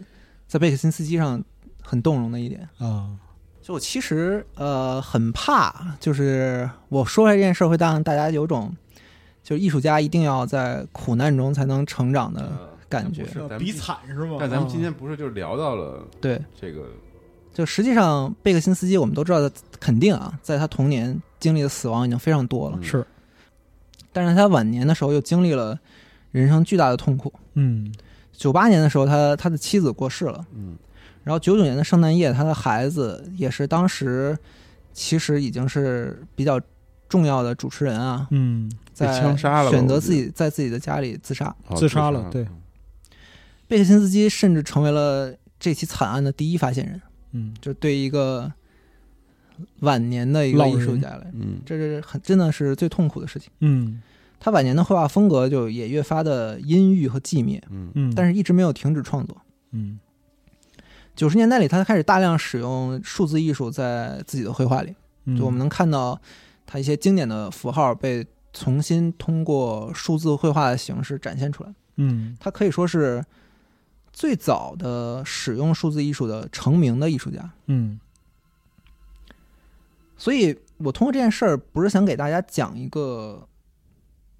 在贝克辛斯基上很动容的一点。
啊，
就我其实呃很怕，就是我说出来这件事儿会让大家有种，就是艺术家一定要在苦难中才能成长的感觉。
是咱们
比惨是吗？
呃
啊
但咱们今天不是就聊到了
对，
这个
就实际上贝克辛斯基我们都知道，肯定啊，在他童年经历的死亡已经非常多了，
嗯
是，
但是他晚年的时候又经历了人生巨大的痛苦。
嗯
九八年的时候他他的妻子过世了，
嗯
然后九九年的圣诞夜，他的孩子也是当时其实已经是比较重要的主持人啊，
嗯，
被
在
枪杀了吧
选
我
择
记
自己在自己的家里自杀。
好
自杀了对
贝克辛斯基甚至成为了这起惨案的第一发现人，
嗯，
就对一个晚年的一个
老
艺
人
术家来说，
嗯
这是很真的是最痛苦的事情。
嗯
他晚年的绘画风格就也越发的阴郁和寂灭，
嗯
嗯，
但
是
是一直没有停止创作。
嗯
九十年代里，他开始大量使用数字艺术在自己的绘画里，
嗯，
就我们能看到他一些经典的符号被重新通过数字绘画的形式展现出来。
嗯
他可以说是最早的使用数字艺术的成名的艺术家。
嗯
所以我通过这件事儿，不是想给大家讲一个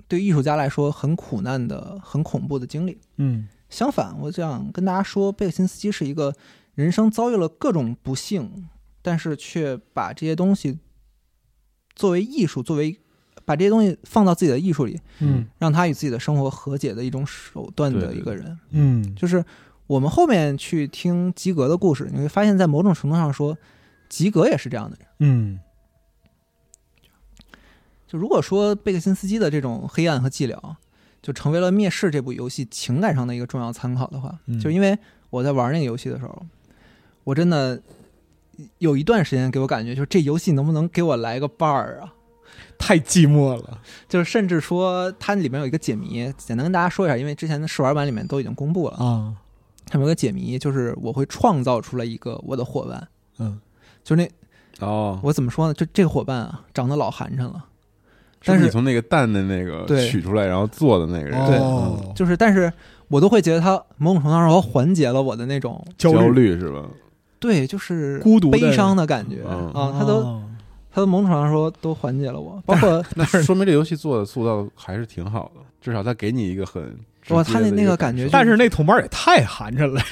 对艺术家来说很苦难的、很恐怖的经历。
嗯
相反，我想跟大家说，贝克辛斯基是一个人生遭遇了各种不幸，但是却把这些东西作为艺术，作为把这些东西放到自己的艺术里，
嗯
让他与自己的生活和解的一种手段的一个人。
嗯，
就是我们后面去听吉格的故事，你会发现在某种程度上说，吉格也是这样的人。
嗯
就如果说贝克辛斯基的这种黑暗和寂寥，就成为了《灭世》这部游戏情感上的一个重要参考的话，
嗯
就因为我在玩那个游戏的时候，我真的有一段时间给我感觉，就是这游戏能不能给我来个伴儿啊？
太寂寞了，
就是甚至说它里面有一个解谜，简单跟大家说一下，因为之前的试玩版里面都已经公布了，
啊，
它有一个解谜，就是我会创造出来一个我的伙伴，
嗯
就是那
哦，
我怎么说呢？就这个伙伴啊，长得老寒碜了，但
不
是
你从那个蛋的那个
对
取出来，然后做的那个人，嗯
对
哦
就是，但是我都会觉得他某种程度上说缓解了我的那种
焦
虑
虑是吧？
对，就是
孤独的
悲伤的感觉
嗯
啊，他都
哦
他都某种程度上说都缓解了我，包 括
那说明这游戏做的塑造还是挺好的，至少它给你一个很直
哇
接
它
的
那
一
那个
感
感觉
受
就
但是那同伴也太寒碜了，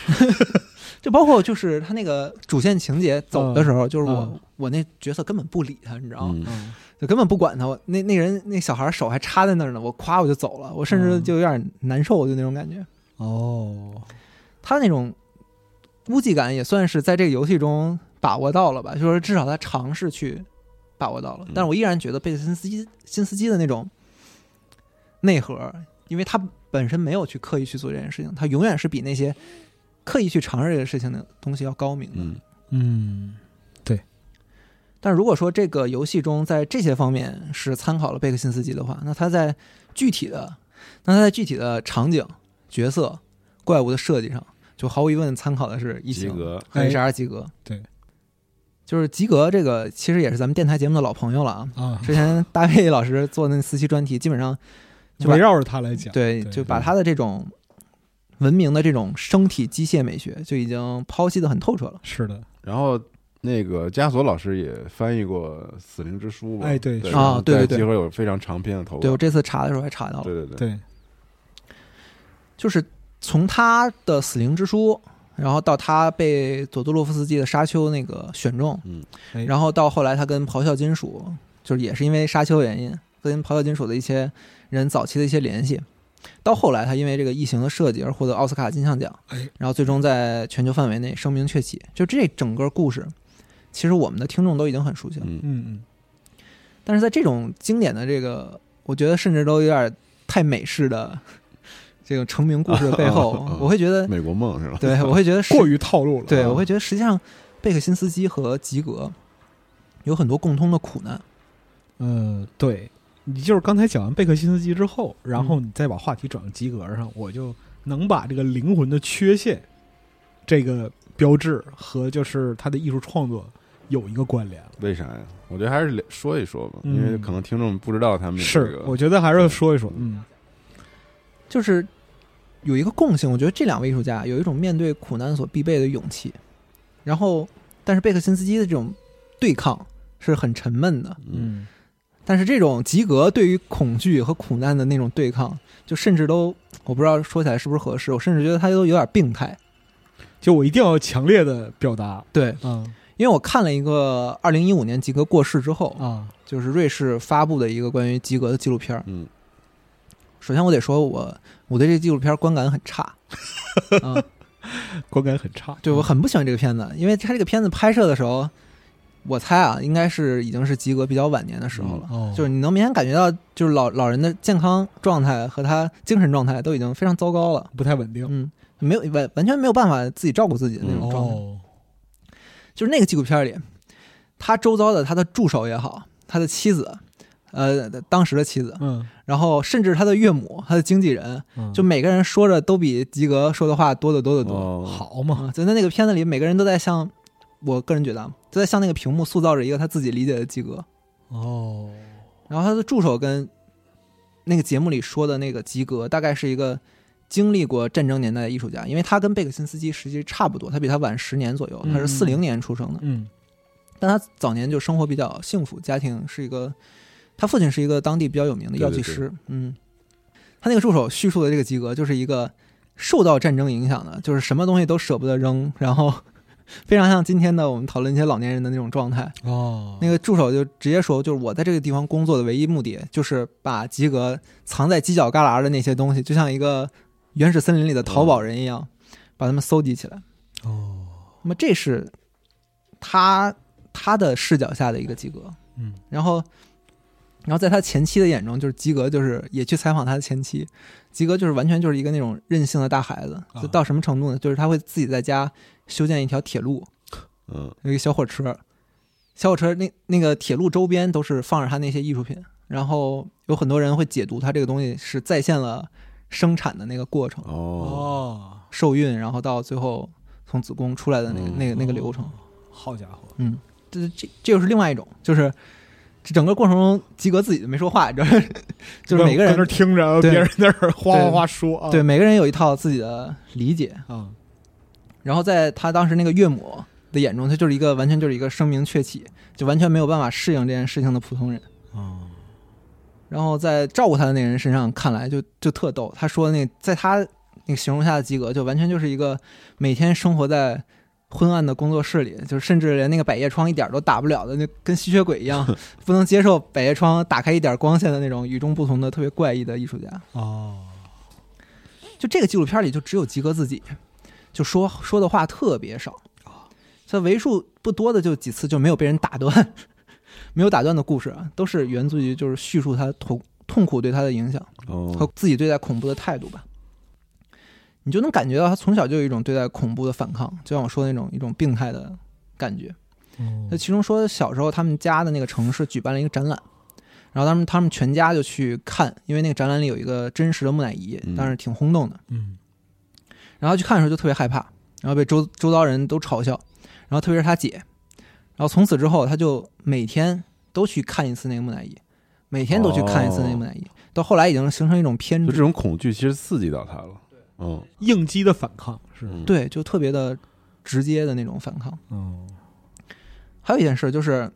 就包括就是他那个主线情节走的时候，就是我
嗯
我那角色根本不理他，你知道吗？
嗯
就根本不管他，我那那人那小孩手还插在那儿呢，我夸我就走了，我甚至
嗯
就有点难受，就那种感觉。
哦，
他那种孤寂感也算是在这个游戏中把握到了吧，就是至少他尝试去把握到了
嗯。
但是我依然觉得贝克辛斯基辛斯基的那种内核，因为他本身没有去刻意去做这件事情，他永远是比那些刻意去尝试这个事情的东西要高明的。
嗯
嗯
但如果说这个游戏中在这些方面是参考了贝克辛斯基的话，那他在具体的，那他在具体的场景、角色、怪物的设计上，就毫无疑问参考的是异
及
形
格，
和 HR 及格。
对，
就是及格这个其实也是咱们电台节目的老朋友了啊。
啊，
之前大卫老师做那四期专题，基本上就把
围绕着他来讲，
对
对
就把他的这种文明的这种生体机械美学就已经剖析的很透彻了。
是的，
然后。那个加索老师也翻译过《死灵之书》吧？
哎对是
啊对对对
集合有非常长篇的投稿。
对我这次查的时候还查到了，
对对对
对，
就是从他的《死灵之书》，然后到他被佐多洛夫斯基的《沙丘》那个选中，
嗯
哎
然后到后来他跟咆哮金属，就是也是因为《沙丘》原因，跟咆哮金属的一些人早期的一些联系，到后来他因为这个异形的设计而获得奥斯卡金像奖
哎，
然后最终在全球范围内声名鹊起。就这整个故事，其实我们的听众都已经很熟悉了，
嗯，
嗯
但是在这种经典的这个，我觉得甚至都有点太美式的。这个成名故事的背
啊
后
啊啊，
我会觉得
美国梦是吧？
对，我会觉得
嗯，过
于
于套路了，
对，我会觉得实际上贝克辛斯基和吉格有很多共通的苦难。
嗯，对，你就是刚才讲完贝克辛斯基之后，
嗯
然后你再把话题转到及格上，我就能把这个灵魂的缺陷这个标志和就是他的艺术创作有一个关联了。
为啥呀？我觉得还是了说一说吧，
嗯
因为可能听众不知道他们嗯这
是
个，
我觉得还是说一说，嗯
就是有一个共性，我觉得这两位艺术家有一种面对苦难所必备的勇气。然后，但是贝克辛斯基的这种对抗是很沉闷的。
嗯，
嗯
但是这种及格对于恐惧和苦难的那种对抗，就甚至都我不知道说起来是不是合适，我甚至觉得它都有点病态。
就我一定要强烈的表达
对，
啊
因为我看了一个二零一五年吉格过世之后，
啊，
就是瑞士发布的一个关于吉格的纪录片儿。
嗯，
首先我得说我我对这纪录片观感 很差，啊、
观感很差。
对我很不喜欢这个片子，因为它这个片子拍摄的时候，我猜啊，应该是已经是吉格比较晚年的时候了。
哦，
就是你能明显感觉到，就是老老人的健康状态和他精神状态都已经非常糟糕了，
不太稳定
嗯，没有完完全没有办法自己照顾自己的那种状态。
哦，
就是那个纪录片里，他周遭的他的助手也好，他的妻子，呃，当时的妻子，
嗯，
然后甚至他的岳母、他的经纪人，
嗯
就每个人说着都比吉格说的话多得多得多。
哦，
好嘛，
啊，就在那个片子里，每个人都在向，我个人觉得啊，都在向那个屏幕塑造着一个他自己理解的吉格。
哦，
然后他的助手跟那个节目里说的那个吉格，大概是一个经历过战争年代的艺术家，因为他跟贝克辛斯基实际差不多，他比他晚十年左右，他是
嗯
四零年出生的，
嗯
但他早年就生活比较幸福，家庭是一个，他父亲是一个当地比较有名的药剂师，
对
嗯，他那个助手叙述的这个吉格就是一个受到战争影响的，就是什么东西都舍不得扔，然后 非常像今天的我们讨论一些老年人的那种状态，
哦，
那个助手就直接说，就是我在这个地方工作的唯一目的，就是把吉格藏在犄角旮旯的那些东西，就像一个原始森林里的淘宝人一样，把他们搜集起来。
哦，
那么这是他他的视角下的一个吉格。
嗯，
然后，然后在他前妻的眼中，就是吉格就是也去采访他的前妻，吉格就是完全就是一个那种任性的大孩子，
啊
就到什么程度呢？就是他会自己在家修建一条铁路，
嗯，
有一个小火车，小火车那那个铁路周边都是放着他那些艺术品，然后有很多人会解读他这个东西是再现了生产的那个过程，
哦，
哦，
受孕，然后到最后从子宫出来的那个、
嗯
那个那个流程。
好家伙，
嗯，这这这又是另外一种，就是这整个过程中，吉格自己都没说话，你知道吗，就是 每个
在那
人
儿听着
对
别人在那儿哗哗哗说啊，
对每嗯个人有一套自己的理解，
啊，
然后在他当时那个岳母的眼中，他就是一个完全就是一个声名鹊起，就完全没有办法适应这件事情的普通人。
哦，
然后在照顾他的那人身上看来就就特逗。他说那在他那个形容下的吉格，就完全就是一个每天生活在昏暗的工作室里，就是甚至连那个百叶窗一点儿都打不了的，那跟吸血鬼一样，不能接受百叶窗打开一点光线的那种与众不同的特别怪异的艺术家。
哦，
就这个纪录片里就只有吉格自己，就说说的话特别少所以为数不多的就几次就没有被人打断， 没有打断的故事啊，都是源自于就是叙述他痛痛苦对他的影响和
哦，
自己对待恐怖的态度吧。你就能感觉到他从小就有一种对待恐怖的反抗，就像我说的那种一种病态的感觉。那其中说小时候他们家的那个城市举办了一个展览，然后他们他们全家就去看，因为那个展览里有一个真实的木乃伊，
嗯
当时挺轰动的。
嗯，
然后去看的时候就特别害怕，然后被周周遭人都嘲笑，然后特别是他姐，然后从此之后他就每天都去看一次那个木乃伊，每天都去看一次那个木乃伊，到后来已经形成一种偏
哦就这
执，
种恐惧其实刺激到他了，嗯，
应激的反抗是，
嗯，
对，就特别的直接的那种反抗。
嗯，
还有一件事就是，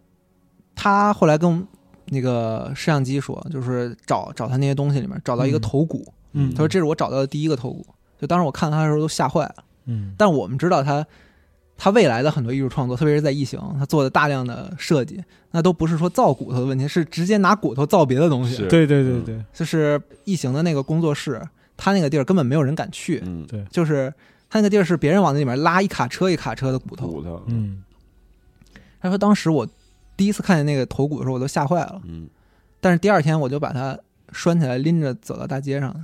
他后来跟那个摄像机说，就是找找他那些东西里面找到一个
嗯
头骨，
嗯
他说这是我找到的第一个头骨，就当时我看到他的时候都吓坏了。
嗯，
但我们知道他，他未来的很多艺术创作，特别是在异形，他做的大量的设计，那都不是说造骨头的问题，是直接拿骨头造别的东西。
是
对对
嗯
对对，
就是异形的那个工作室，他那个地儿根本没有人敢去，
嗯，
对，
就是他那个地儿是别人往那里面拉一卡车一卡车的骨头。
骨头，
嗯，
他说当时我第一次看见那个头骨的时候，我都吓坏了，
嗯，
但是第二天我就把它拴起来拎着走到大街上，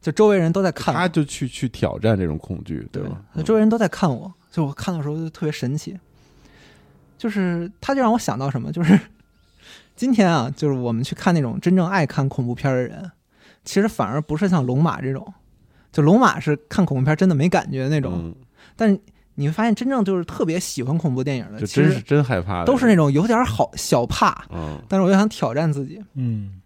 就周围人都在看我。
他就去去挑战这种恐惧，对吧？
周围人都在看我，就我看的时候就特别神奇，就是他就让我想到什么，就是 今天啊，就是我们去看那种真正爱看恐怖片的人，其实反而不是像龙马这种，就龙马是看恐怖片真的没感觉的那
那
种，但是你会发现真正就是特别喜欢恐怖电影的，
嗯就
其
真是
实
真害
啊
怕的，
都是那种有点好小怕，
嗯，
但是我又想挑战自己，
嗯，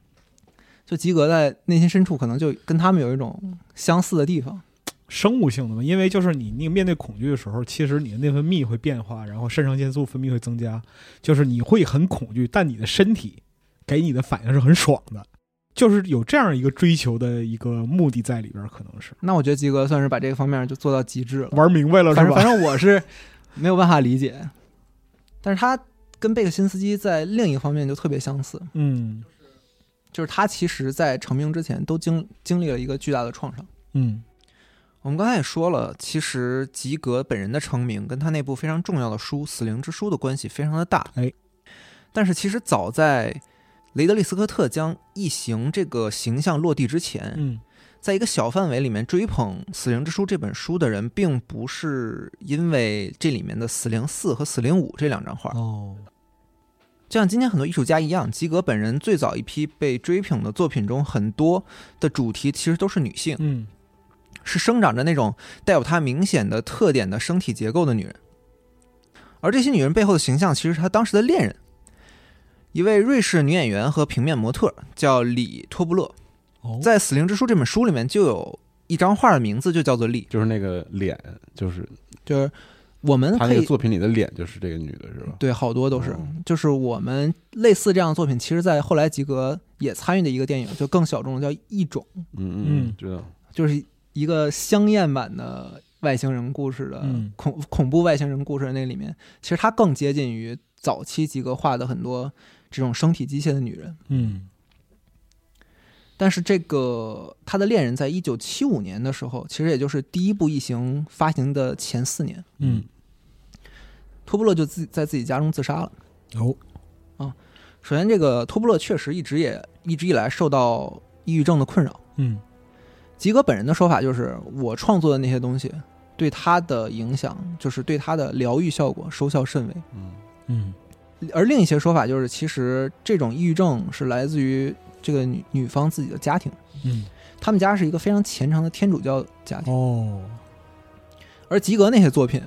就吉格在内心深处可能就跟他们有一种相似的地方。
生物性的嘛，因为就是你你面对恐惧的时候，其实你的内分泌会变化，然后肾上腺素分泌会增加，就是你会很恐惧，但你的身体给你的反应是很爽的，就是有这样一个追求的一个目的在里边儿，可能是
那我觉得鸡哥算是把这个方面就做到极致了。
玩明白了
反
是
正
吧
反？正我是没有办法理解，但是他跟贝克辛斯基在另一个方面就特别相似，
嗯
就是他其实在成名之前都经经历了一个巨大的创伤。
嗯
我们刚才也说了，其实吉格本人的成名跟他那部非常重要的书《死灵之书》的关系非常的大。
哎，
但是其实早在雷德利·斯科特将异形这个形象落地之前，
嗯
在一个小范围里面追捧《死灵之书》这本书的人，并不是因为这里面的《死灵四》和《死灵五》这两张画，
哦
就像今天很多艺术家一样，吉格本人最早一批被追捧的作品中，很多的主题其实都是女性。
嗯
是生长着那种带有她明显的特点的身体结构的女人，而这些女人背后的形象其实是她当时的恋人，一位瑞士女演员和平面模特叫李托布勒，
哦
在《死灵之书》这本书里面就有一张画的名字就叫做丽，
就是那个脸，就是
就是我们
他
可
那个
以
作品里的脸，就是这个女的是吧？
对好多都是
哦，
就是我们类似这样的作品，其实在后来吉格也参与的一个电影，就更小众的叫《异种
嗯
嗯
嗯，知道。》，
就是一个香艳版的外星人故事的
嗯
恐恐怖外星人故事的那里面，其实它更接近于早期吉格画的很多这种身体机械的女人。
嗯
但是这个他的恋人在一九七五年的时候，其实也就是第一部《异形》发行的前四年，
嗯
托布勒就自己在自己家中自杀了。
哦
首先，这个托布勒确实一直也一直以来受到抑郁症的困扰。
嗯
吉格本人的说法就是，我创作的那些东西对他的影响，就是对他的疗愈效果收效甚微。
嗯
嗯
而另一些说法就是，其实这种抑郁症是来自于这个女女方自己的家庭，
嗯
他们家是一个非常虔诚的天主教家庭，
哦
而吉格那些作品。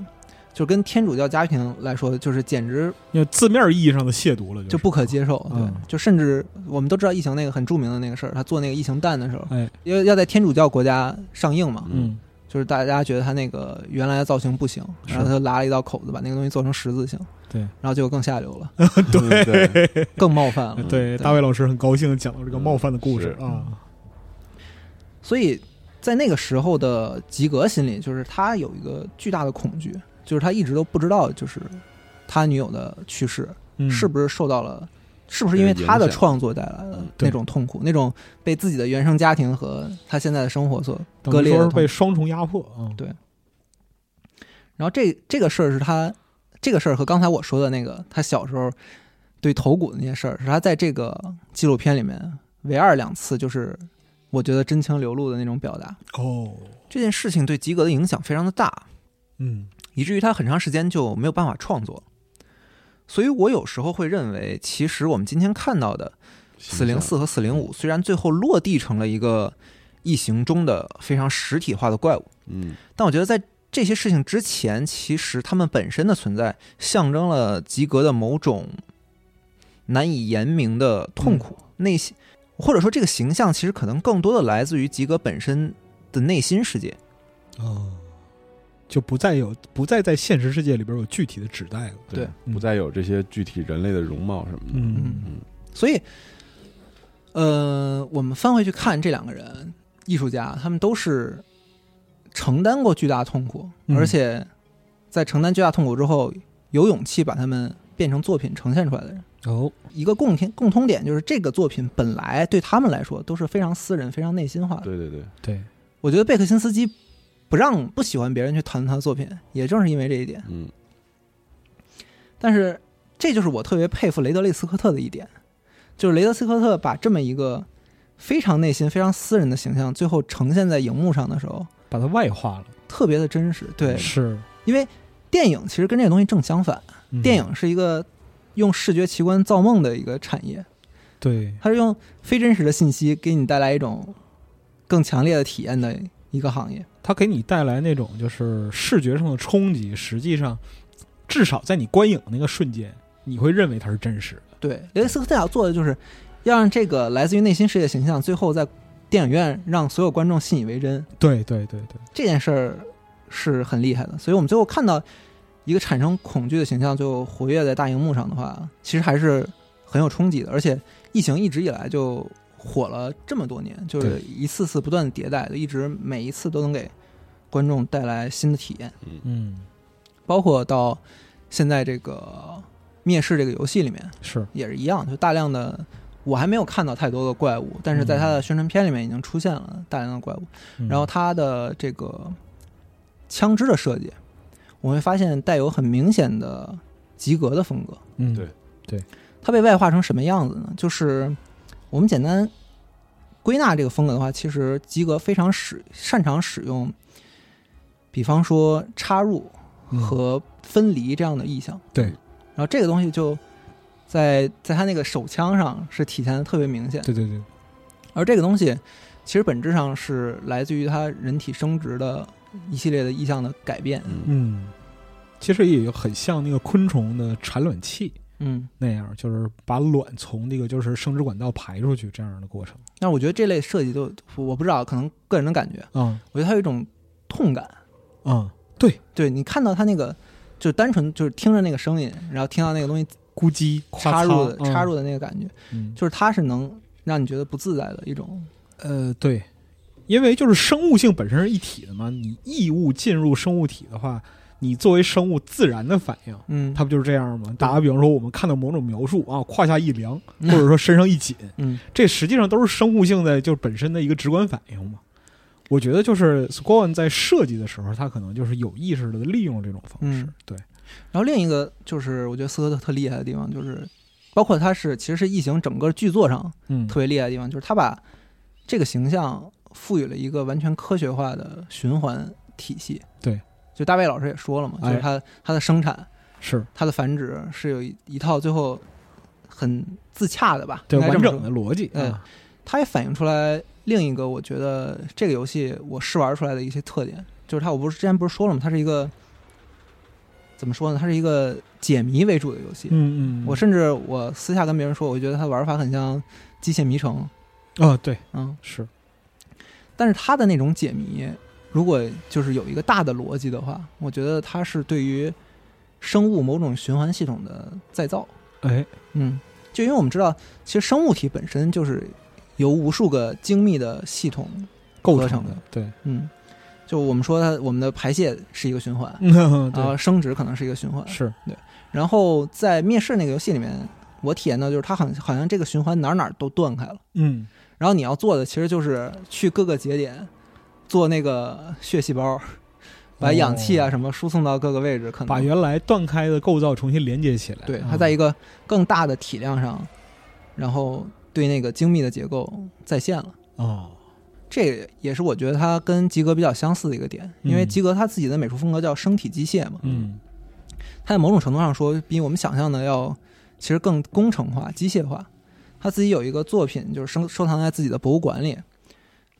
就跟天主教家庭来说，就是简直
要字面意义上的亵渎了，
就不可接受，对，
嗯
就甚至我们都知道异形那个很著名的那个事儿，他做那个异形蛋的时候，
哎
要要在天主教国家上映嘛，
嗯
就是大家觉得他那个原来的造型不行，
是
然后他就拉了一道口子，把那个东西做成十字形，
对，
然后结果更下流了，
对嗯对，
更冒犯了。
对，
嗯
大卫老师很高兴地讲到这个冒犯的故事
是
啊，
所以在那个时候的吉格心里，就是他有一个巨大的恐惧，就是他一直都不知道，就是他女友的去世
嗯
是不是受到了，是不是因为他的创作带来的
嗯
对
那种痛苦，那种被自己的原生家庭和他现在的生活所。
等于
割裂
说
的
是被
痛
双重压迫啊，
对然后这这个事儿是他这个事儿和刚才我说的那个他小时候对头骨的那些事儿，是他在这个纪录片里面唯二两次，就是我觉得真情流露的那种表达。
哦，
这件事情对吉格的影响非常的大，
嗯
以至于他很长时间就没有办法创作。所以我有时候会认为，其实我们今天看到的死灵四和死灵五，虽然最后落地成了一个异形中的非常实体化的怪物，
嗯，
但我觉得在这些事情之前，其实他们本身的存在象征了吉格的某种难以言明的痛苦、内心，或者说这个形象其实可能更多的来自于吉格本身的内心世界。
哦，就不再有不再在现实世界里边有具体的指代了，
对嗯
不再有这些具体人类的容貌什么的。
嗯
嗯
所以，呃，我们翻回去看这两个人，艺术家，他们都是承担过巨大痛苦，
嗯
而且在承担巨大痛苦之后，有勇气把他们变成作品呈现出来的人。
哦
一个共天共通点就是，这个作品本来对他们来说都是非常私人、非常内心化的。
对对对，
对，
我觉得贝克辛斯基不让不喜欢别人去谈论他的作品，也正是因为这一点。
嗯
但是这就是我特别佩服雷德利·斯科特的一点，就是雷德利·斯科特把这么一个非常内心、非常私人的形象，最后呈现在荧幕上的时候，
把它外化了，
特别的真实。对，
是
因为电影其实跟这个东西正相反，
嗯
电影是一个用视觉奇观造梦的一个产业，
对，
它是用非真实的信息给你带来一种更强烈的体验的一个行业。
它给你带来那种就是视觉上的冲击，实际上至少在你观影那个瞬间，你会认为它是真实的，
对，雷德利·斯科特要做的就是要让这个来自于内心世界的形象，最后在电影院让所有观众信以为真，
对对对对，
这件事儿是很厉害的。所以我们最后看到一个产生恐惧的形象就活跃在大荧幕上的话，其实还是很有冲击的。而且《异形》一直以来就火了这么多年，就是
对
一次次不断地迭代，一直每一次都能给观众带来新的体验。
嗯，
包括到现在这个灭世这个游戏里面
是
也是一样，就大量的我还没有看到太多的怪物，但是在它的宣传片里面已经出现了大量的怪物。
嗯
然后它的这个枪支的设计，我们会发现带有很明显的及格的风格。
嗯
对
它被外化成什么样子呢？就是我们简单归纳这个风格的话，其实吉格非常使擅长使用，比方说插入
嗯
和分离这样的意象。
对
然后这个东西就在在他那个手枪上是体现的特别明显。
对对对，
而这个东西其实本质上是来自于他人体生殖的一系列的意象的改变。
嗯
嗯，其实也有很像那个昆虫的产卵器
嗯，
那样，就是把卵从那个就是生殖管道排出去这样的过程
但是我觉得这类设计就我不知道，可能个人的感觉，
啊
我觉得它有一种痛感。嗯
啊，对，
对你看到他那个，就单纯就是听着那个声音，然后听到那个东西
咕叽
插入的
咔嚓
插入的那个感觉，
嗯，
就是它是能让你觉得不自在的一种。
呃，对，因为就是生物性本身是一体的嘛，你异物进入生物体的话，你作为生物自然的反应，
嗯，
它不就是这样吗？打个比方说，我们看到某种描述啊，胯下一凉，或者说身上一紧，
嗯
这实际上都是生物性的，就是本身的一个直观反应嘛。我觉得就是 Squan 在设计的时候，他可能就是有意识的利用了这种方式。
嗯
对，
然后另一个就是我觉得斯科特特厉害的地方就是，包括他是其实是异形整个剧作上
嗯
特别厉害的地方，就是他把这个形象赋予了一个完全科学化的循环体系。
对，
就大卫老师也说了嘛，就
哎
是它它的生产、
是
它的繁殖是有一一套最后很自洽的吧，
对
应该这
完
么说
整的逻辑。
嗯
啊
它也反映出来另一个我觉得这个游戏我试玩出来的一些特点，就是它我不是之前不是说了吗？它是一个怎么说呢？它是一个解谜为主的游戏。
嗯嗯，
我甚至我私下跟别人说，我觉得它玩法很像《机械迷城》，
啊，对，
嗯，
是
但是它的那种解谜，如果就是有一个大的逻辑的话，我觉得它是对于生物某种循环系统的再造。
哎，
嗯，就因为我们知道，其实生物体本身就是由无数个精密的系统
构
合
成
成的
对，
嗯，就我们说它我们的排泄是一个循环，
嗯
然 后
对，
生殖可啊能是一个循 环，
是
然后在灭世那个游戏里面，我体验到就是它好像好像这个循环哪儿哪儿都断开了，
嗯
然后你要做的其实就是去各个节点做那个血细胞，把氧气啊
哦
什么输送到各个位置，可能
把原来断开的构造重新连接起来。
对它
啊
在一个更大的体量上，然后对那个精密的结构再现了。
哦，
这也是我觉得它跟吉格比较相似的一个点，因为
嗯
吉格他自己的美术风格叫生体机械嘛，
嗯
它在某种程度上说，比我们想象的要其实更工程化、机械化。他自己有一个作品，就是收收藏在自己的博物馆里，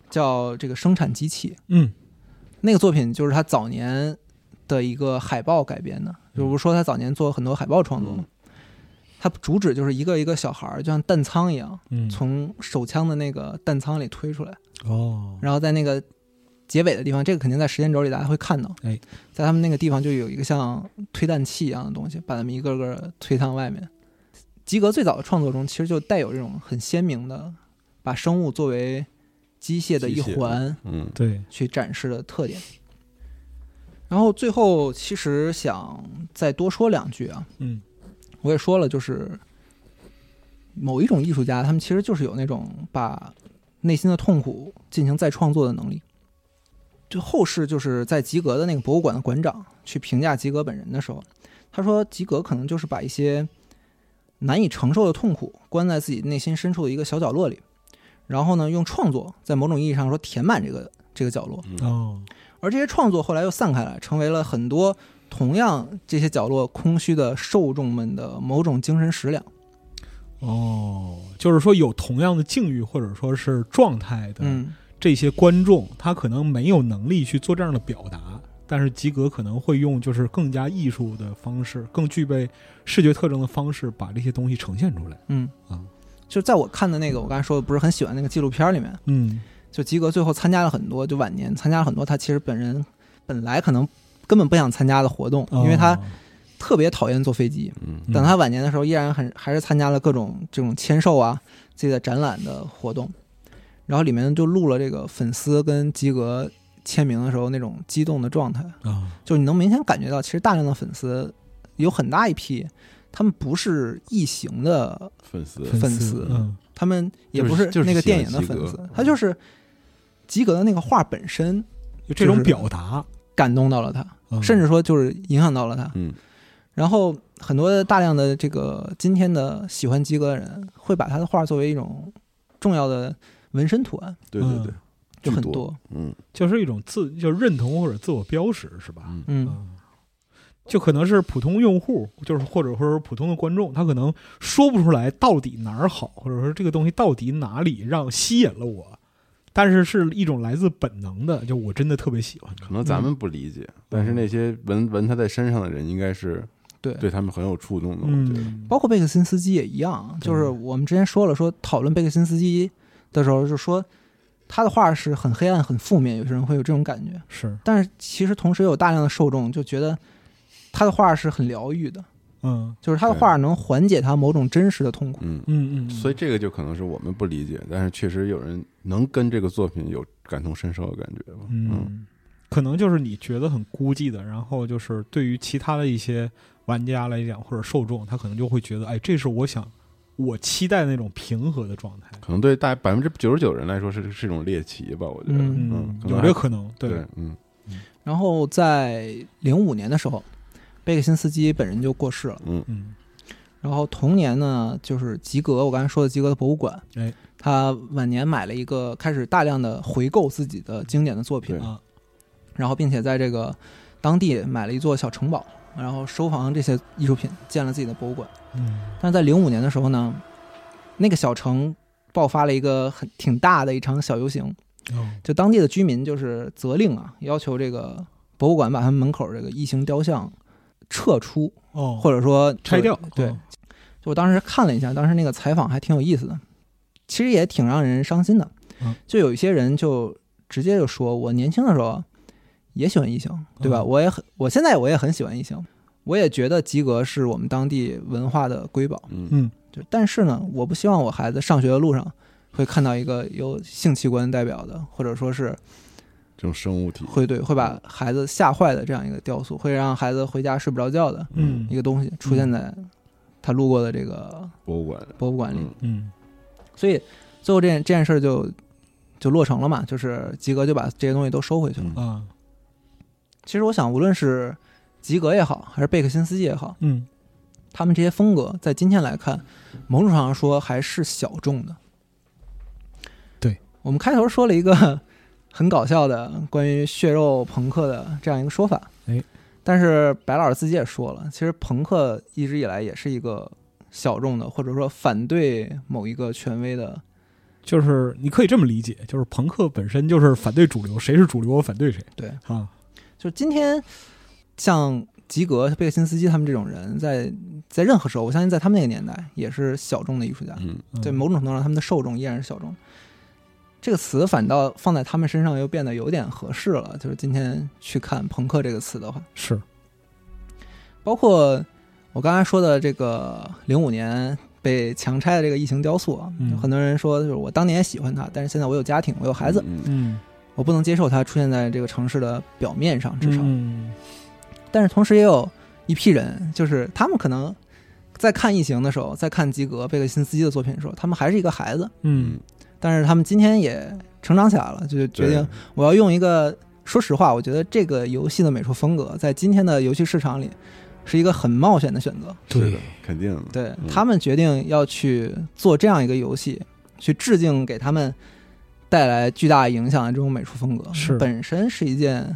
叫这个生产机器。
嗯
那个作品就是他早年的一个海报改编的，就
嗯
不是说他早年做很多海报创作嘛。他主旨就是一个一个小孩儿，就像弹仓一样，
嗯，
从手枪的那个弹仓里推出来。
哦，
然后在那个结尾的地方，这个肯定在时间轴里大家会看到。
哎，
在他们那个地方就有一个像推弹器一样的东西，把他们一个个推向外面。吉格最早的创作中，其实就带有这种很鲜明的把生物作为机械的一
机械
环
嗯，
对，
去展示的特点。然后最后，其实想再多说两句啊，
嗯
我也说了，就是某一种艺术家，他们其实就是有那种把内心的痛苦进行再创作的能力。就后世就是在吉格的那个博物馆的馆长去评价吉格本人的时候，他说吉格可能就是把一些难以承受的痛苦关在自己内心深处的一个小角落里，然后呢，用创作在某种意义上说填满这个这个角落。
嗯
哦，
而这些创作后来又散开来，成为了很多同样这些角落空虚的受众们的某种精神食粮。
哦，就是说有同样的境遇或者说是状态的
嗯，
这些观众，他可能没有能力去做这样的表达，但是吉格可能会用就是更加艺术的方式，更具备视觉特征的方式，把这些东西呈现出来。
嗯
啊
就在我看的那个我刚才说的不是很喜欢那个纪录片里面，
嗯
就吉格最后参加了很多，就晚年参加了很多他其实本人本来可能根本不想参加的活动，因为他
哦
特别讨厌坐飞机。
嗯
嗯
等他晚年的时候，依然很还是参加了各种这种签售啊、自己的展览的活动，然后里面就录了这个粉丝跟吉格签名的时候那种激动的状态，
啊
就你能明显感觉到，其实大量的粉丝有很大一批，他们不是异形的，
粉丝
粉丝
丝，嗯
他们也
就是
不是
就是
那个
喜欢
电影的
吉
粉
格
丝，他就是吉格的那个画本身
就这种表达，
感动到了他，
嗯
甚至说就是影响到了他。
嗯
然后很多大量的这个今天的喜欢基格的人，会把他的画作为一种重要的纹身图案，
对对对，
嗯就
巨
很
多
多。
嗯
就是一种自就认同或者自我标识，是吧？
嗯
嗯，
嗯，就可能是普通用户，就是或者说是普通的观众，他可能说不出来到底哪儿好，或者说这个东西到底哪里让吸引了我，但是是一种来自本能的，就我真的特别喜欢它。
嗯
可能咱们不理解，但是那些闻闻他在身上的人，应该是
对。
对他们很有触动的。我觉得
嗯，
包括贝克辛斯基也一样，就是我们之前说了，说讨论贝克辛斯基的时候，就说他的画是很黑暗、很负面，有些人会有这种感觉。
是，
但是其实同时有大量的受众就觉得他的画是很疗愈的，
嗯
就是他的画能缓解他某种真实的痛苦。
嗯，
嗯嗯，
所以这个就可能是我们不理解，但是确实有人能跟这个作品有感同身受的感觉吧。嗯
嗯，可能就是你觉得很孤寂的，然后就是对于其他的一些玩家来讲或者受众，他可能就会觉得，哎，这是我想我期待的那种平和的状态。
可能对大百分之九十九人来说是是一种猎奇吧，我觉得，
嗯
嗯，可能
有
还
这可能，对，
对，嗯
然后在零五年的时候，贝克辛斯基本人就过世了。
嗯
嗯
然后同年呢，就是吉格，我刚才说的吉格的博物馆，
哎，
他晚年买了一个，开始大量的回购自己的经典的作品
对，
啊，
然后并且在这个当地买了一座小城堡，然后收藏这些艺术品，建了自己的博物馆。
嗯
但是在零五年的时候呢，那个小城爆发了一个很挺大的一场小游行，
哦
就当地的居民就是责令啊，要求这个博物馆把他们门口这个异形雕像撤出，
哦，
或者说
拆掉，
对，
哦
就我当时看了一下，当时那个采访还挺有意思的，其实也挺让人伤心的
嗯。
就有一些人就直接就说，我年轻的时候也喜欢异形，对吧？
嗯
我也很，我现在我也很喜欢异形，我也觉得及格是我们当地文化的瑰宝。
嗯
嗯
就但是呢，我不希望我孩子上学的路上会看到一个有性器官代表的，或者说是
这种生物体，
会对会把孩子吓坏的这样一个雕塑，会让孩子回家睡不着觉的
嗯
一个东西出现在他路过的这个
博物馆，
博物馆里。
嗯
嗯
所以最后这件这件事儿就就落成了嘛，就是吉格就把这些东西都收回去了。
嗯
啊
其实我想，无论是吉格也好，还是贝克辛斯基也好，
嗯
他们这些风格在今天来看，某种程度上说还是小众的。
对
我们开头说了一个很搞笑的关于血肉朋克的这样一个说法，
哎，
但是白老师自己也说了，其实朋克一直以来也是一个小众的，或者说反对某一个权威的
就是你可以这么理解，就是朋克本身就是反对主流，谁是主流我反对谁
对。
啊，
就是今天像吉格、贝克辛斯基他们这种人在，在任何时候，我相信在他们那个年代也是小众的艺术家，
嗯，
嗯
在某种程度上，他们的受众依然是小众。这个词反倒放在他们身上又变得有点合适了。就是今天去看“朋克”这个词的话，
是
包括我刚才说的这个零五年被强拆的这个异形雕塑啊，
嗯
有很多人说就是我当年也喜欢它，但是现在我有家庭，我有孩子，
嗯，
嗯
我不能接受它出现在这个城市的表面上，至少。
嗯
但是同时也有一批人，就是他们可能在看《异形》的时候，在看吉格、贝克辛斯基的作品的时候，他们还是一个孩子，
嗯
但是他们今天也成长起来了，就是决定
对，
我要用一个。说实话，我觉得这个游戏的美术风格在今天的游戏市场里是一个很冒险的选择。
是的，肯定的，
对
嗯
他们决定要去做这样一个游戏，去致敬给他们带来巨大影响的这种美术风格，
是
本身是一件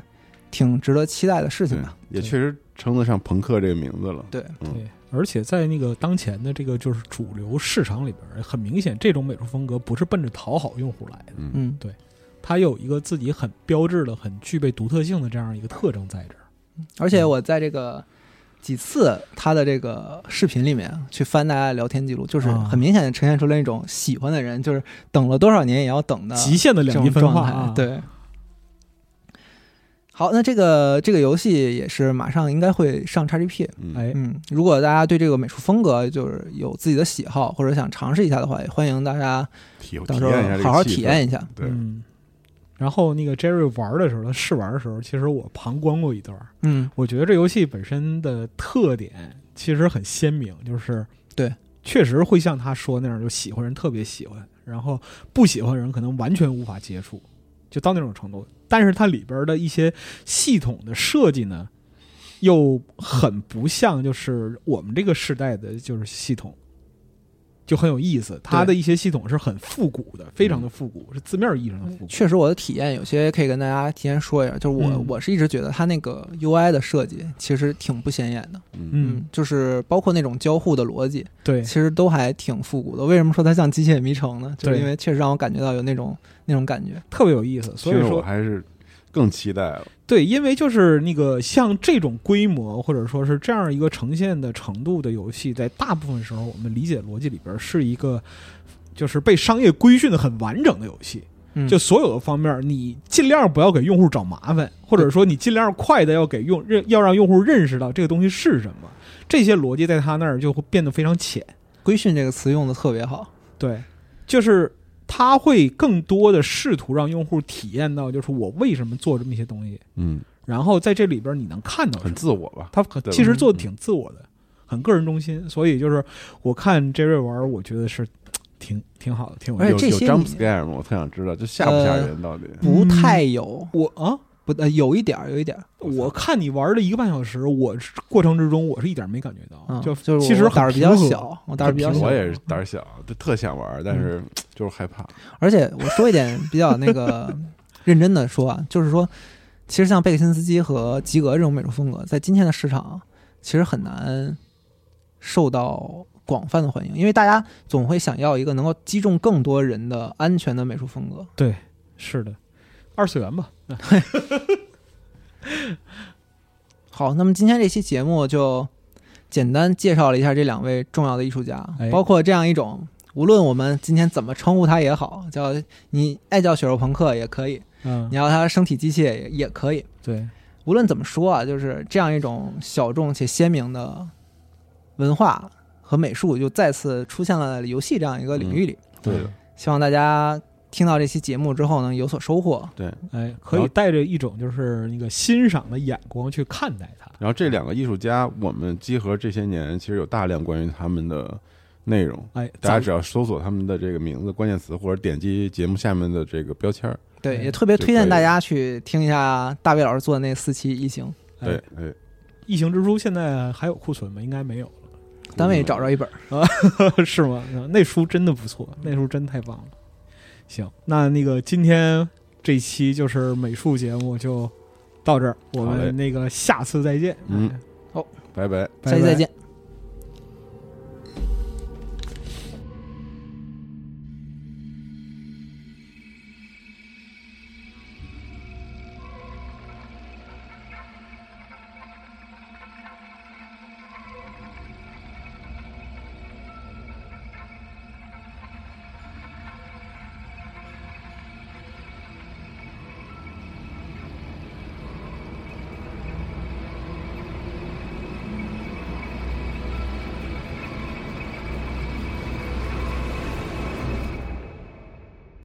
挺值得期待的事情
对
吧？，
也确实称得上朋克这个名字了，
对，
嗯
对，而且在那个当前的这个就是主流市场里边，很明显这种美术风格不是奔着讨好用户来的，
嗯，
嗯，
它有一个自己
嗯
很标志的、很具备独特性的这样一个特征在这儿。
而且我在这个几次他的这个视频里面去翻大家的聊天记录，就是
啊
很明显地呈现出了一种喜欢的人，就是等了多少年也要等的
极限的
这
两
种
极分
状
化
态。
啊，
对。好，那这个这个游戏也是马上应该会上 XGP。
嗯
哎，
嗯，如果大家对这个美术风格就是有自己的喜好，或者想尝试一下的话，也欢迎大家
体体
到时候
验一下这个
好好
气
体
氛
验一下。
对，
嗯。然后那个 Jerry 玩的时候，他试玩的时候，其实我旁观过一段儿。
嗯，
我觉得这游戏本身的特点其实很鲜明，就是
对，
确实会像他说那样，就喜欢人特别喜欢，然后不喜欢人可能完全无法接触，就到那种程度。但是它里边的一些系统的设计呢，又很不像就是我们这个时代的就是系统。就很有意思，它的一些系统是很复古的，非常的复古，是字面意义上的复古。
嗯确实我的体验有些可以跟大家提前说一下，就是我、
嗯
我是一直觉得它那个 UI 的设计其实挺不显眼的，
嗯
嗯，
就是包括那种交互的逻辑，
对
其，实都还挺复古的。为什么说它像《机械迷城》呢？就是
对
因为确实让我感觉到有那种那种感觉。
特别有意思。所
听
以
着
说
我，还是更期待了。
对，因为就是那个像这种规模或者说是这样一个呈现的程度的游戏，在大部分时候我们理解逻辑里边是一个，就是被商业规训的很完整的游戏。
嗯，
就所有的方面，你尽量不要给用户找麻烦，或者说你尽量快的要给用认要让用户认识到这个东西是什么。这些逻辑在他那儿就会变得非常浅。
规训这个词用的特别好。
对，就是他会更多的试图让用户体验到，就是我为什么做这么一些东西，
嗯，
然后在这里边你能看到什
很
么。
自我吧？
他可
对吧
其实做
嗯
的挺自我的，很个人中心。所以就是我看 Jerry 玩儿，我觉得是挺挺好的，挺有
而
意
且
思
有
这
有
些
jump
你呃
scare 吗？我特想知道，这吓不吓人？到底？
不
嗯
太有，
我啊，
不呃有一点儿，有一点儿。
我看你玩了一个半小时，我是过程之中我是一点没感觉到，
嗯，
就
就是
其
我
实
胆儿
很
比较
平和。
小，我胆儿比较
很平
小
我。也是胆儿小，就特想玩，但是就是害怕。
而且我说一点比较那个认真的说啊，就是说，其实像贝克辛斯基和吉格这种美术风格，在今天的市场其实很难受到广泛的欢迎，因为大家总会想要一个能够击中更多人的安全的美术风格。
是的，二次元吧。
好，那么今天这期节目就简单介绍了一下这两位重要的艺术家，
哎
包括这样一种。无论我们今天怎么称呼他也好，叫你爱叫血肉朋克也可以，
嗯
你，要他身体机械也也可以。
对，
无论怎么说啊，就是这样一种小众且鲜明的文化和美术，就再次出现了游戏这样一个领域
嗯
里。
对的，
希望大家听到这期节目之后呢，有所收获。
哎，可
然后
以带着一种就是那个欣赏的眼光去看待它。
然后这两个艺术家，我们集合这些年，其实有大量关于他们的内容。
哎，
大家
咱
只要搜索他们的这个名字、关键词，或者点击节目下面的这个标签儿，
对，
嗯
也特别推荐
对
大家去听一下大卫老师做的那四期《异形
哎
对，哎，
异形之书现在还有库存吗？应该没有》，
单
嗯
位找着一本。
了， 是吗？嗯那书真的不错，
嗯
那书真太棒了。行，那那个今天这期就是美术节目就到这儿，我
好嘞
们那个下次再见。
嗯
哎，
拜拜。
拜
下期
拜
再见。